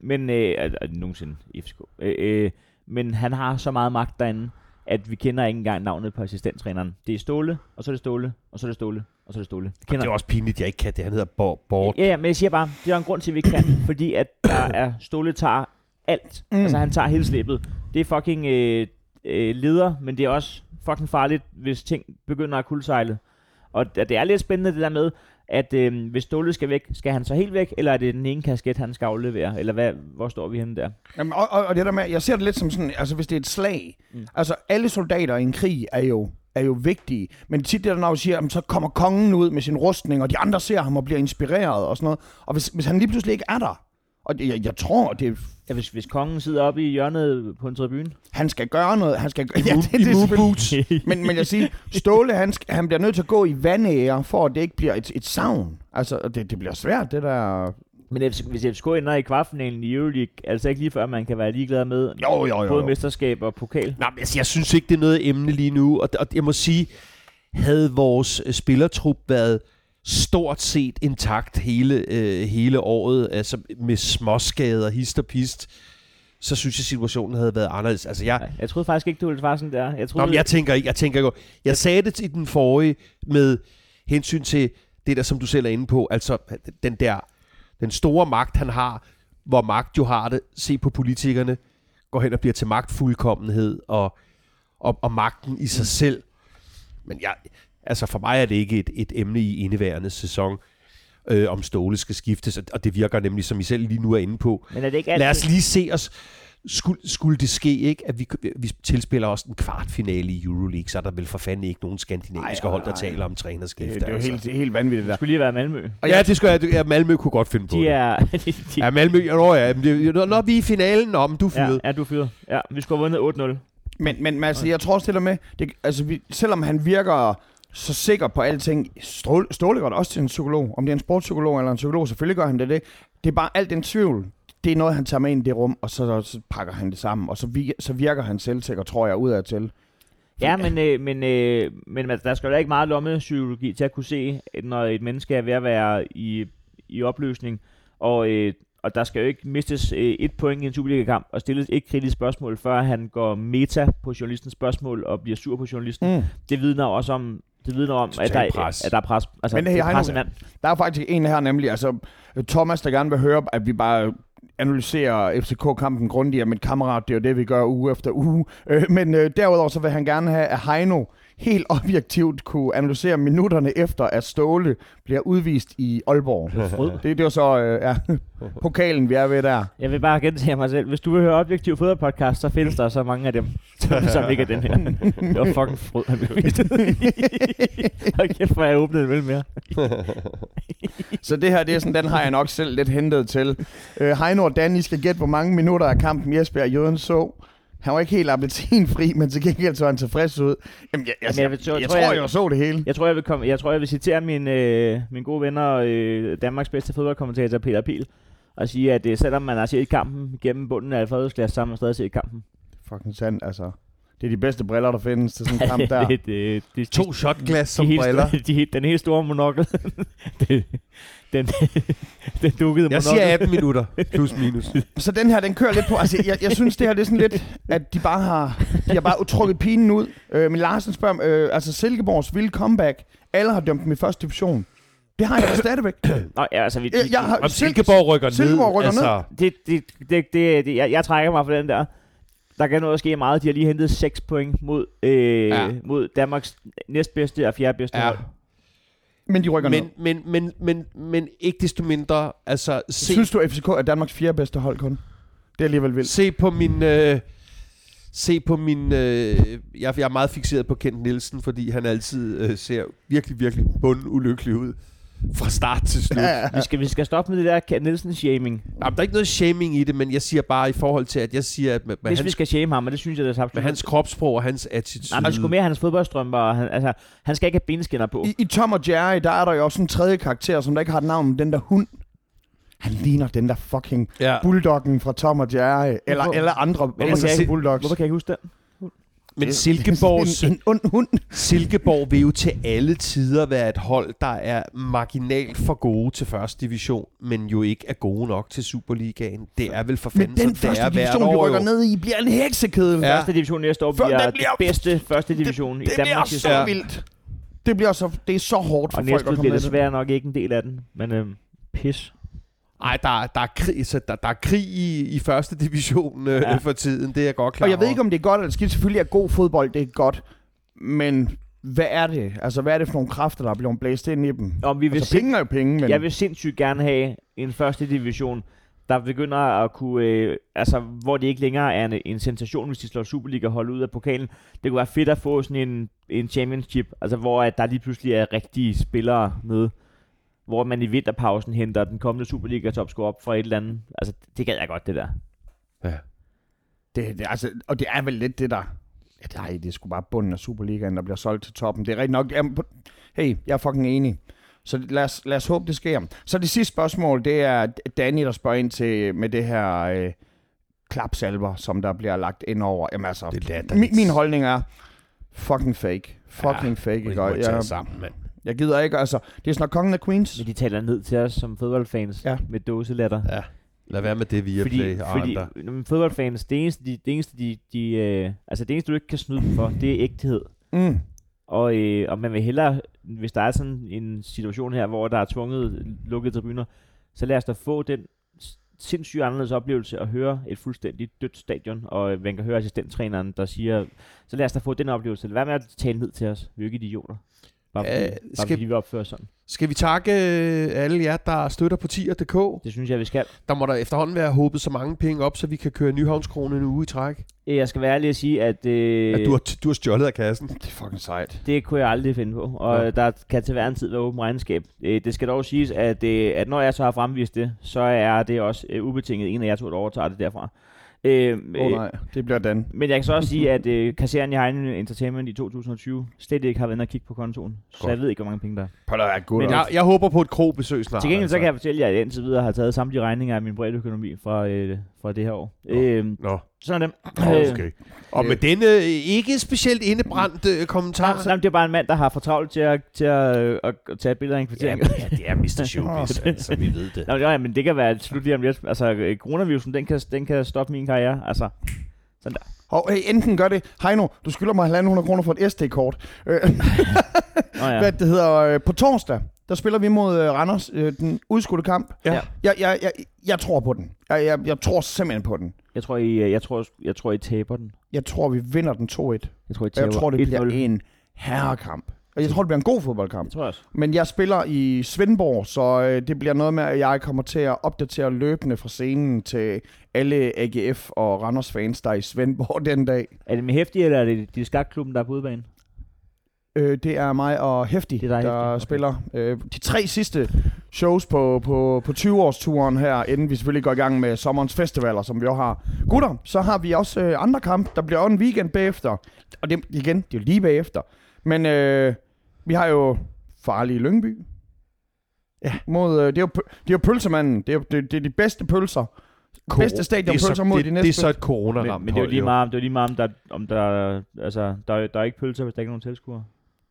Speaker 3: men, øh, at, at nogensinde i FCK. Øh, øh, men han har så meget magt derinde, at vi kender ikke engang navnet på assistenttræneren. Det er Ståle, og så er det Ståle, og så er det Ståle, og så er det Ståle. Det
Speaker 4: Det
Speaker 3: kender,
Speaker 4: er også pinligt, at jeg ikke kan det. Han hedder Bo- Bort.
Speaker 3: Ja, ja, men jeg siger bare, det er der en grund til, at vi ikke kan, fordi at der er Ståle tager alt. Mm. Altså, han tager hele slippet. Det er fucking øh, øh, leder, men det er også fucking farligt, hvis ting begynder at kuldsejle. Og d- det er lidt spændende det der med, at øh, hvis Ståle skal væk, skal han så helt væk, eller er det den ene kasket, han skal aflevere? Eller hvad, hvor står vi henne der?
Speaker 2: Jamen, og, og, og det der med, jeg ser det lidt som sådan, altså hvis det er et slag, mm. altså alle soldater i en krig er jo, er jo vigtige, men tit det der, når vi siger, jamen, så kommer kongen ud med sin rustning, og de andre ser ham og bliver inspireret og sådan noget, og hvis, hvis han lige pludselig ikke er der, og det- jeg, jeg tror, det, er-
Speaker 3: Ja, hvis, hvis kongen sidder oppe i hjørnet på en tribune.
Speaker 2: han skal gøre noget, han skal gøre,
Speaker 4: I, ja,
Speaker 2: det, det er selvfølgelig-
Speaker 4: boots.
Speaker 2: men, men jeg siger, Ståle, han, sk- han bliver nødt til at gå i vandære, for at det ikke bliver et, et savn. Altså, og det, det bliver svært, det der...
Speaker 3: Men FC, hvis FCK ender i kvartfinalen i Euroleague, er det så ikke lige før, man kan være ligeglad med
Speaker 2: Jo, jo, jo.
Speaker 3: både
Speaker 2: jo.
Speaker 3: mesterskab og pokal?
Speaker 4: Nej, men altså, jeg synes ikke, det er noget emne lige nu, og, og jeg må sige, havde vores øh, spillertrup været stort set intakt hele, øh, hele året, altså med småskader, hist og pist, så synes jeg, situationen havde været anderledes. Altså, jeg,
Speaker 3: Nej, jeg troede faktisk ikke, du ville svare sådan der. Jeg
Speaker 4: Nå,
Speaker 3: troede,
Speaker 4: men jeg tænker ikke, jeg tænker ikke. Jeg sagde det i den forrige med hensyn til det der, som du selv er inde på, altså den der, den store magt, han har, hvor magt jo har det, se på politikerne, går hen og bliver til magtfuldkommenhed og, og, og magten i sig selv. Men jeg, altså for mig er det ikke et, et emne i indeværende sæson, øh, om Ståle skal skiftes, og- og det virker nemlig, som I selv lige nu er inde på,
Speaker 3: Men er det ikke
Speaker 4: Lad
Speaker 3: altid,
Speaker 4: os lige se os. Skulle, skulle det ske, ikke, at vi, vi tilspiller også en kvartfinale i Euroleague, så er der vel for fanden ikke nogen skandinaviske
Speaker 2: Ej, ej,
Speaker 4: hold, der
Speaker 2: ej.
Speaker 4: taler om trænerskifte.
Speaker 2: Det, det er jo
Speaker 4: altså.
Speaker 2: helt, helt vanvittigt, det der.
Speaker 3: skulle lige være Malmø.
Speaker 4: Og ja, det skulle jeg, ja, Malmø kunne godt finde på
Speaker 3: De
Speaker 4: det.
Speaker 3: er... de, de,
Speaker 4: Ja, Malmø, ja, nå, ja, men det, når, når vi er i finalen, om du er
Speaker 3: ja,
Speaker 4: fyret.
Speaker 3: ja, du er fyret. Ja, vi skulle have vundet 8-0.
Speaker 2: Men, men altså, jeg tror også det der med, det, altså, vi, selvom han virker så sikker på alting, Ståle, Ståle går da også til en psykolog. Om det er en sportspsykolog eller en psykolog, selvfølgelig gør han det det. Det er bare alt den tvivl. Det er noget, han tager med ind i det rum, og så, så pakker han det sammen, og så, vi, så virker han selvsikker, tror jeg, udadtil.
Speaker 3: Ja, men, øh, men, øh, men altså, der skal jo da ikke meget lommepsykologi til at kunne se, at når et menneske er ved at være i, i opløsning, og, øh, og og der skal jo ikke mistes øh, et point i en Superliga-kamp, og stilles et kritisk spørgsmål, før han går meta på journalistens spørgsmål og bliver sur på journalisten.
Speaker 2: Mm.
Speaker 3: Det vidner også om, det vidner om at,
Speaker 1: Total
Speaker 3: der,
Speaker 1: pres.
Speaker 3: at der er pres. Altså,
Speaker 2: Men
Speaker 3: Men
Speaker 2: det-
Speaker 3: det, det
Speaker 2: jeg
Speaker 3: er
Speaker 2: har
Speaker 3: pres
Speaker 2: nogle-
Speaker 3: mand.
Speaker 2: Der er faktisk en her nemlig, altså Thomas, der gerne vil høre, at vi bare analyserer FCK-kampen grundigere, men kammerat, det er jo det, vi gør uge efter uge. Øh, men øh, derudover så vil han gerne have, at Heino helt objektivt kunne analysere minutterne efter, at Ståle bliver udvist i Aalborg.
Speaker 3: Fryd.
Speaker 2: Det, det var så øh, ja, pokalen, vi er ved der.
Speaker 3: Jeg vil bare gentage mig selv. Hvis du vil høre objektiv fodboldpodcast, så findes der så mange af dem, som, som ikke er den her. Det var fucking frød, han blev vist. Hold kæft, hvor jeg åbnede en øl mere.
Speaker 2: Så det her, det er sådan, den har jeg nok selv lidt hentet til. Øh, Heino og Dan, I skal gætte, hvor mange minutter af kampen Jesper Jøden så. Han var ikke helt appelsinfri, men til gengæld så han tilfreds ud. Jamen, jeg, jeg,
Speaker 3: Jamen, jeg vil- jeg
Speaker 2: jeg, jeg
Speaker 3: tror,
Speaker 2: tror,
Speaker 3: jeg-
Speaker 2: jeg, jeg så det hele.
Speaker 3: Jeg tror, jeg vil, komme, jeg tror, jeg vil citere min, øh, min gode venner, øh, Danmarks bedste fodboldkommentator Peter Pil, og sige, at øh, selvom man har set kampen gennem bunden af Alfredus glas, så har man stadig set kampen.
Speaker 2: Fucking sandt, altså. Det er de bedste briller, der findes til sådan en kamp der.
Speaker 3: det, øh, det, det,
Speaker 4: To shotglas som
Speaker 3: de helt,
Speaker 4: briller.
Speaker 3: De, helt- den helt store monokkel. den, den, den dukkede
Speaker 4: Jeg siger 18 minutter, plus minus.
Speaker 2: Så den her, den kører lidt på. Altså, jeg, jeg synes, det her det er sådan lidt, at de bare har, de har bare trukket pinen ud. Øh, men Larsen spørger, om, øh, altså Silkeborgs vilde comeback. Alle har dømt dem i første division. Det har jeg da stadigvæk. Øh,
Speaker 3: Nå, ja, altså, vi,
Speaker 2: Jeg, jeg har,
Speaker 4: Om
Speaker 2: Silke-
Speaker 4: Silkeborg rykker
Speaker 2: Silkeborg
Speaker 4: ned. altså.
Speaker 2: rykker ned.
Speaker 3: det, det, det, det, det jeg, jeg trækker mig for den der. Der kan noget ske meget. De har lige hentet 6 point mod, øh,
Speaker 4: Ja.
Speaker 3: ja. mod Danmarks næstbedste og fjerde bedste ja.
Speaker 4: Ja,
Speaker 3: hold.
Speaker 2: men de rykker ned.
Speaker 4: men, men, men, men, men ikke desto mindre, altså se,
Speaker 2: Synes du, at FCK er Danmarks fjerde bedste hold kun? Det er alligevel vildt.
Speaker 4: se på min... Øh, se på min... Øh, jeg, jeg er meget fixeret på Kent Nielsen, fordi han altid øh, ser virkelig, virkelig bundulykkelig ud. Fra start til slut.
Speaker 2: Ja, ja.
Speaker 3: Vi skal, vi skal stoppe med det der Kent Nielsen shaming.
Speaker 4: Jamen, der er ikke noget shaming i det, men jeg siger bare i forhold til, at jeg siger, at med, med,
Speaker 3: Hvis vi
Speaker 4: hans,
Speaker 3: skal shame ham, og det synes jeg, det er
Speaker 4: med
Speaker 3: absolut.
Speaker 4: hans kropssprog og hans
Speaker 3: Nej,
Speaker 4: attitude...
Speaker 3: man skulle mere hans fodboldstrømper. og Han, altså, han skal ikke have benskinner på.
Speaker 2: I, I Tom og Jerry, der er der jo også en tredje karakter, som der ikke har et navn, men den der hund. Han ligner den der fucking
Speaker 4: ja.
Speaker 2: bulldoggen fra Tom og Jerry, eller,
Speaker 3: Hvorfor-
Speaker 2: eller andre
Speaker 3: kan jeg
Speaker 2: engelske
Speaker 3: ikke-
Speaker 2: bulldogs.
Speaker 3: Hvorfor kan jeg ikke huske den?
Speaker 4: Men
Speaker 2: Silkeborgs...
Speaker 4: Silkeborgs,
Speaker 2: En, en ond hund.
Speaker 4: Silkeborg vil jo til alle tider være et hold, der er marginalt for gode til første division, men jo ikke er gode nok til Superligaen. Det er vel for
Speaker 2: Men
Speaker 4: fanden,
Speaker 2: den
Speaker 4: som det er
Speaker 2: første
Speaker 4: hvert
Speaker 2: division, de
Speaker 4: år,
Speaker 2: rykker
Speaker 4: jo.
Speaker 2: ned i, bliver en heksekedel.
Speaker 4: Ja.
Speaker 3: Første division næste år
Speaker 2: Før-
Speaker 3: bliver,
Speaker 2: den
Speaker 3: den
Speaker 2: bliver-
Speaker 3: bliver den bedste første division
Speaker 2: Det
Speaker 3: i
Speaker 2: bliver
Speaker 3: Danmarks
Speaker 2: så
Speaker 4: historie.
Speaker 2: vildt. Det bliver så, det er så hårdt for
Speaker 3: Og
Speaker 2: folk at
Speaker 3: næste
Speaker 2: komme
Speaker 3: bliver
Speaker 2: med det.
Speaker 3: desværre nok ikke en del af den. Men øhm, pis.
Speaker 4: Ej, der, er- der, er krig, så der, der er krig i, i første division øh, ja.
Speaker 3: Ja.
Speaker 4: for tiden, det er jeg godt klar
Speaker 2: Og jeg ved
Speaker 4: over.
Speaker 2: ikke, om det er godt eller skidt. Selvfølgelig er god fodbold, det er godt. Men hvad er det? Altså, hvad er det for nogle kræfter, der er blevet blæst ind i dem?
Speaker 3: Om vi vil
Speaker 2: Altså, penge er jo penge, men...
Speaker 3: Jeg vil sindssygt gerne have en første division, der begynder at kunne, øh, altså hvor det ikke længere er en, en sensation, hvis de slår Superliga og holder ud af pokalen. Det kunne være fedt at få sådan en, en championship, altså hvor at der lige pludselig er rigtige spillere med, hvor man i vinterpausen henter den kommende Superliga-topscore op fra et eller andet. Altså det gad jeg godt, det der.
Speaker 2: Det, det, altså, og det er vel lidt det, der... Ja, nej, det er sgu bare bunden af Superligaen, der bliver solgt til toppen. Det er rigtigt nok... Jamen, på- hey, jeg er fucking enig. Så lad os, lad os håbe, det sker. Så det sidste spørgsmål, det er Danny, der spørger ind til med det her øh, klapsalver, som der bliver lagt ind over. Jamen altså,
Speaker 4: Det er latterligt.
Speaker 2: min, min holdning er fucking fake. Fucking ja, fake,
Speaker 4: Vi
Speaker 2: ikke?
Speaker 4: må
Speaker 2: Og
Speaker 4: tage
Speaker 2: Jeg,
Speaker 4: os sammen, mand.
Speaker 2: jeg gider ikke, altså. Det er sådan noget kongen af Queens.
Speaker 3: Men de taler ned til os som fodboldfans
Speaker 2: Ja.
Speaker 3: ja. med dåselatter.
Speaker 4: Ja. Lad være med det via fordi, play og fordi, andre.
Speaker 3: fordi men fodboldfans, det eneste, de, det eneste, de, de øh, altså det eneste, du ikke kan snyde dem for, det er ægthed.
Speaker 2: Mm.
Speaker 3: Og, øh, og man vil hellere, hvis der er sådan en situation her, hvor der er tvunget lukkede tribuner, så lad os da få den s- sindssygt anderledes oplevelse at høre et fuldstændigt dødt stadion, og øh, man kan høre assistenttræneren, der siger, så lad os da få den oplevelse. Lad være med at tale ned til os. Vi er jo ikke idioter. Bare fordi,
Speaker 4: Øh,
Speaker 3: øh, bare
Speaker 4: skal-
Speaker 3: fordi vi opfører os sådan.
Speaker 4: Skal vi takke øh, alle jer, der støtter på tier.dk?
Speaker 3: Det synes jeg, vi skal.
Speaker 4: Der må der efterhånden være håbet så mange penge op, så vi kan køre Nyhavnskronen en uge i træk.
Speaker 3: Øh, Jeg skal være ærlig at sige, at, øh,
Speaker 4: At du har, du har stjålet af kassen.
Speaker 2: Det er fucking sejt.
Speaker 3: Det kunne jeg aldrig finde på, og
Speaker 4: Nå.
Speaker 3: ja. der kan til hver en tid være åben regnskab. Øh, Det skal dog siges, at, øh, at når jeg så har fremvist det, så er det også øh, ubetinget en af jer to, der overtager det derfra. Øh,
Speaker 2: Åh
Speaker 3: øh,
Speaker 2: oh, nej, det bliver Dan.
Speaker 3: men jeg kan så også sige, at øh, kasseren i Heinen Entertainment i 2020 slet ikke har været inde og kigge på kontoen, så
Speaker 4: Godt.
Speaker 3: jeg ved ikke, hvor mange penge der er.
Speaker 2: Prøv at være god.
Speaker 3: Men
Speaker 2: altså.
Speaker 4: Jeg, jeg håber på et krobesøg snart.
Speaker 3: Til gengæld så
Speaker 4: altså.
Speaker 3: kan jeg Øh. fortælle jer, at jeg indtil videre har taget samtlige regninger af min brede økonomi fra, øh, fra det her år.
Speaker 4: Nå.
Speaker 3: Øh,
Speaker 4: Nå.
Speaker 3: Sådan er det.
Speaker 1: Okay.
Speaker 4: Og med denne øh, ikke specielt indebrændte øh, kommentar.
Speaker 3: Nej, det er bare en mand, der har for travlt til at, til at, øh, at, at tage et billede af en
Speaker 4: Ja,
Speaker 3: kvartering.
Speaker 4: men, ja, det er Mr. Showbiz, altså, vi ved det.
Speaker 3: Nå, jo, ja, men det kan være et slut lige om lidt. Altså, øh, coronavirusen, den kan, den kan stoppe min karriere. Altså,
Speaker 2: Og hey, enten gør det. Heino, du skylder mig 1.500 kroner for et SD-kort. Øh,
Speaker 3: nå, ja.
Speaker 2: Hvad det hedder, øh, på torsdag, der spiller vi mod øh, Randers, øh, den udskudte kamp.
Speaker 4: Ja.
Speaker 2: Jeg, jeg, jeg, jeg tror på den. Jeg, jeg, jeg tror simpelthen på den.
Speaker 3: Jeg tror, I, øh, jeg, tror, jeg tror, I taber den.
Speaker 2: Jeg tror, vi vinder den 2-1. Og
Speaker 3: Jeg tror, I taber
Speaker 2: jeg tror, det bliver
Speaker 3: 1-0.
Speaker 2: en herrekamp. Og jeg tror, det bliver en god fodboldkamp.
Speaker 3: Det tror jeg også.
Speaker 2: Men jeg spiller i Svendborg, så øh, det bliver noget med, at jeg kommer til at opdatere løbende fra scenen til alle AGF og Randers fans, der er i Svendborg den dag.
Speaker 3: Er det med hæftige, eller er det de skakklubben, der er på udebane?
Speaker 2: Øh, det er mig og Hefti,
Speaker 3: Det
Speaker 2: der
Speaker 3: er dig, Hefti.
Speaker 2: okay.
Speaker 3: Okay.
Speaker 2: spiller øh, de tre sidste shows på, på, på 20-årsturen her, inden vi selvfølgelig går i gang med sommerens festivaler, som vi også har. Gutter, så har vi også øh, andre kamp. Der bliver også en weekend bagefter. Og det, igen, det er jo lige bagefter. Men øh, vi har jo farlige Lyngby. Ja. Mod, øh, det, er jo, pø- det er jo pølsemanden. Det er, jo- det, det er de bedste pølser.
Speaker 4: Kor-
Speaker 2: bedste
Speaker 4: det er så-
Speaker 2: stadionpølser mod
Speaker 4: det,
Speaker 2: de næste.
Speaker 4: Det er så et coronaramt
Speaker 3: Men, men det er jo
Speaker 4: hold,
Speaker 3: lige meget, om- det er jo lige meget om der, om der, altså, der, er- der er ikke pølser, hvis der ikke er nogen tilskuere.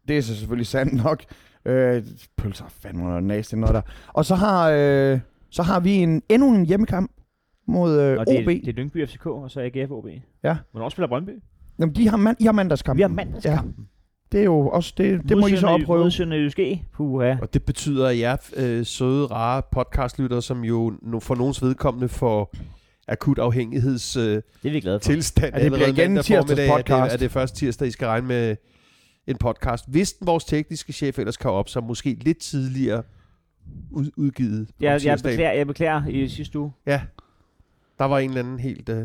Speaker 2: Det er så selvfølgelig sandt nok. Øh, pølser er fandme noget næste noget der. Og så har, øh, så har vi en, endnu en hjemmekamp mod øh,
Speaker 3: Og
Speaker 2: OB.
Speaker 3: det, er, det er Lyngby FCK, og så AGF OB.
Speaker 2: Ja.
Speaker 3: Hvornår spiller Brøndby?
Speaker 2: Jamen, de har, mand, I har mandagskampen.
Speaker 3: Vi har mandagskampen.
Speaker 2: Det er jo også, det, det må I så opprøve.
Speaker 3: Mod Sønderjysk E. Puha.
Speaker 4: Og det betyder, at jer øh, søde, rare podcastlyttere, som jo no, for nogens vedkommende får akut afhængighedstilstand øh,
Speaker 3: Det er vi glade for.
Speaker 4: tilstand.
Speaker 2: Ja, det bliver
Speaker 4: allerede
Speaker 2: igen
Speaker 4: mandag
Speaker 2: tirsdags
Speaker 4: formiddag, at
Speaker 2: podcast.
Speaker 4: Det, er det første tirsdag, I skal regne med en podcast. Hvis den vores tekniske chef ellers kan op, så måske lidt tidligere ud, udgivet om
Speaker 3: Jeg, jeg,
Speaker 4: tirsdagen.
Speaker 3: beklager, jeg beklager i sidste uge.
Speaker 4: Ja, der var en eller anden helt øh,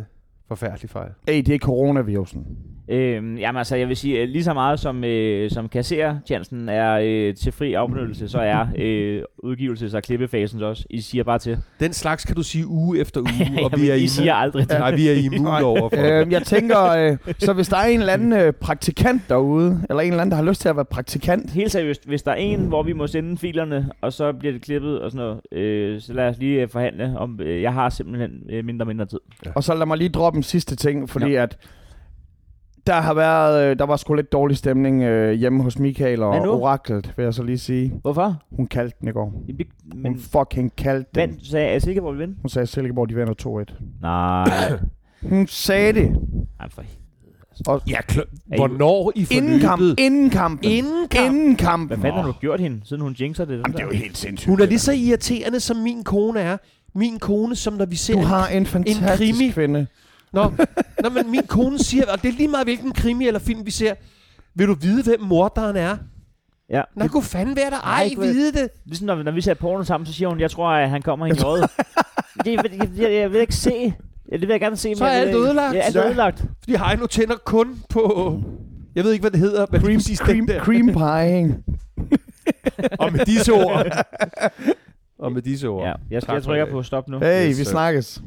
Speaker 4: forfærdelig fejl.
Speaker 2: Ej, det er coronavirusen.
Speaker 3: Øhm, jamen altså, jeg vil sige, øh, lige så meget som, øh, som kassertjenesten er øh, til fri afbenyttelse, så er øh, udgivelses- og klippefasen også. I siger bare til.
Speaker 4: Den slags kan du sige uge efter uge,
Speaker 3: Jamen,
Speaker 4: og vi er
Speaker 3: I
Speaker 4: immun-
Speaker 3: siger aldrig til.
Speaker 4: Nej, vi er immune overfor. det.
Speaker 2: Øh, jeg tænker, øh, så hvis der er en eller anden øh, praktikant derude, eller en eller anden, der har lyst til at være praktikant,
Speaker 3: Helt seriøst, hvis der er en, hvor vi må sende filerne, og så bliver det klippet og sådan noget, øh, så lad os lige øh, forhandle om, øh, jeg har simpelthen øh, mindre og mindre tid.
Speaker 2: Og så lad mig lige droppe en sidste ting, fordi ja. at der har været, øh, der var sgu lidt dårlig stemning øh, hjemme hos Michael og
Speaker 3: Hvad nu?
Speaker 2: Oraklet, vil jeg så lige sige.
Speaker 3: Hvorfor?
Speaker 2: Hun kaldte den i går. Hun
Speaker 3: Jamen, det- Men,
Speaker 2: fucking kaldte den.
Speaker 3: men sagde jeg sikker, hvor vi vinder?
Speaker 2: Hun sagde, at Silkeborg, de vinder
Speaker 3: Nej,
Speaker 2: 2-1. Hun sagde det.
Speaker 3: nej for helvede.
Speaker 4: Ja, kl- hvornår i
Speaker 2: Inden, kamp,
Speaker 4: forløbet?
Speaker 2: inden kampen.
Speaker 4: Inden kamp.
Speaker 2: Inden kampen.
Speaker 3: Hvad fanden har du gjort hende, siden hun jinxer det?
Speaker 2: Jamen, det er jo helt sindssygt.
Speaker 4: Hun er
Speaker 2: det
Speaker 4: lige
Speaker 2: der.
Speaker 4: så irriterende, som min kone er. Min kone, som når vi ser...
Speaker 2: Du har en fantastisk
Speaker 4: krimi.
Speaker 2: kvinde.
Speaker 4: Nå, nå, men min kone siger, og det er lige meget, hvilken krimi eller film vi ser. Vil du vide, hvem morderen er?
Speaker 3: Ja.
Speaker 4: Nå, kunne fanden være der? Ej,
Speaker 3: Nej,
Speaker 4: vide det.
Speaker 3: Ligesom når, når vi ser porno sammen, så siger hun, jeg tror, at han kommer i en røde. det, jeg, jeg, jeg, jeg vil ikke se. Ja, det vil jeg gerne se. men
Speaker 4: Så er
Speaker 3: jeg vil
Speaker 4: alt
Speaker 3: ikke-
Speaker 4: ødelagt.
Speaker 3: Ja, alt
Speaker 2: Ja.
Speaker 3: er ødelagt.
Speaker 4: Fordi Heino tænder kun på... Jeg ved ikke, hvad det hedder, men lige
Speaker 2: Cream,
Speaker 4: præcis
Speaker 2: cream,
Speaker 4: den der.
Speaker 2: cream pie.
Speaker 4: Og med disse ord. og med disse ord.
Speaker 3: Ja, jeg,
Speaker 4: Tak
Speaker 3: jeg
Speaker 4: for
Speaker 3: trykker
Speaker 4: det.
Speaker 3: på stop nu.
Speaker 2: Hey,
Speaker 4: Yes,
Speaker 2: vi
Speaker 4: sir.
Speaker 2: snakkes.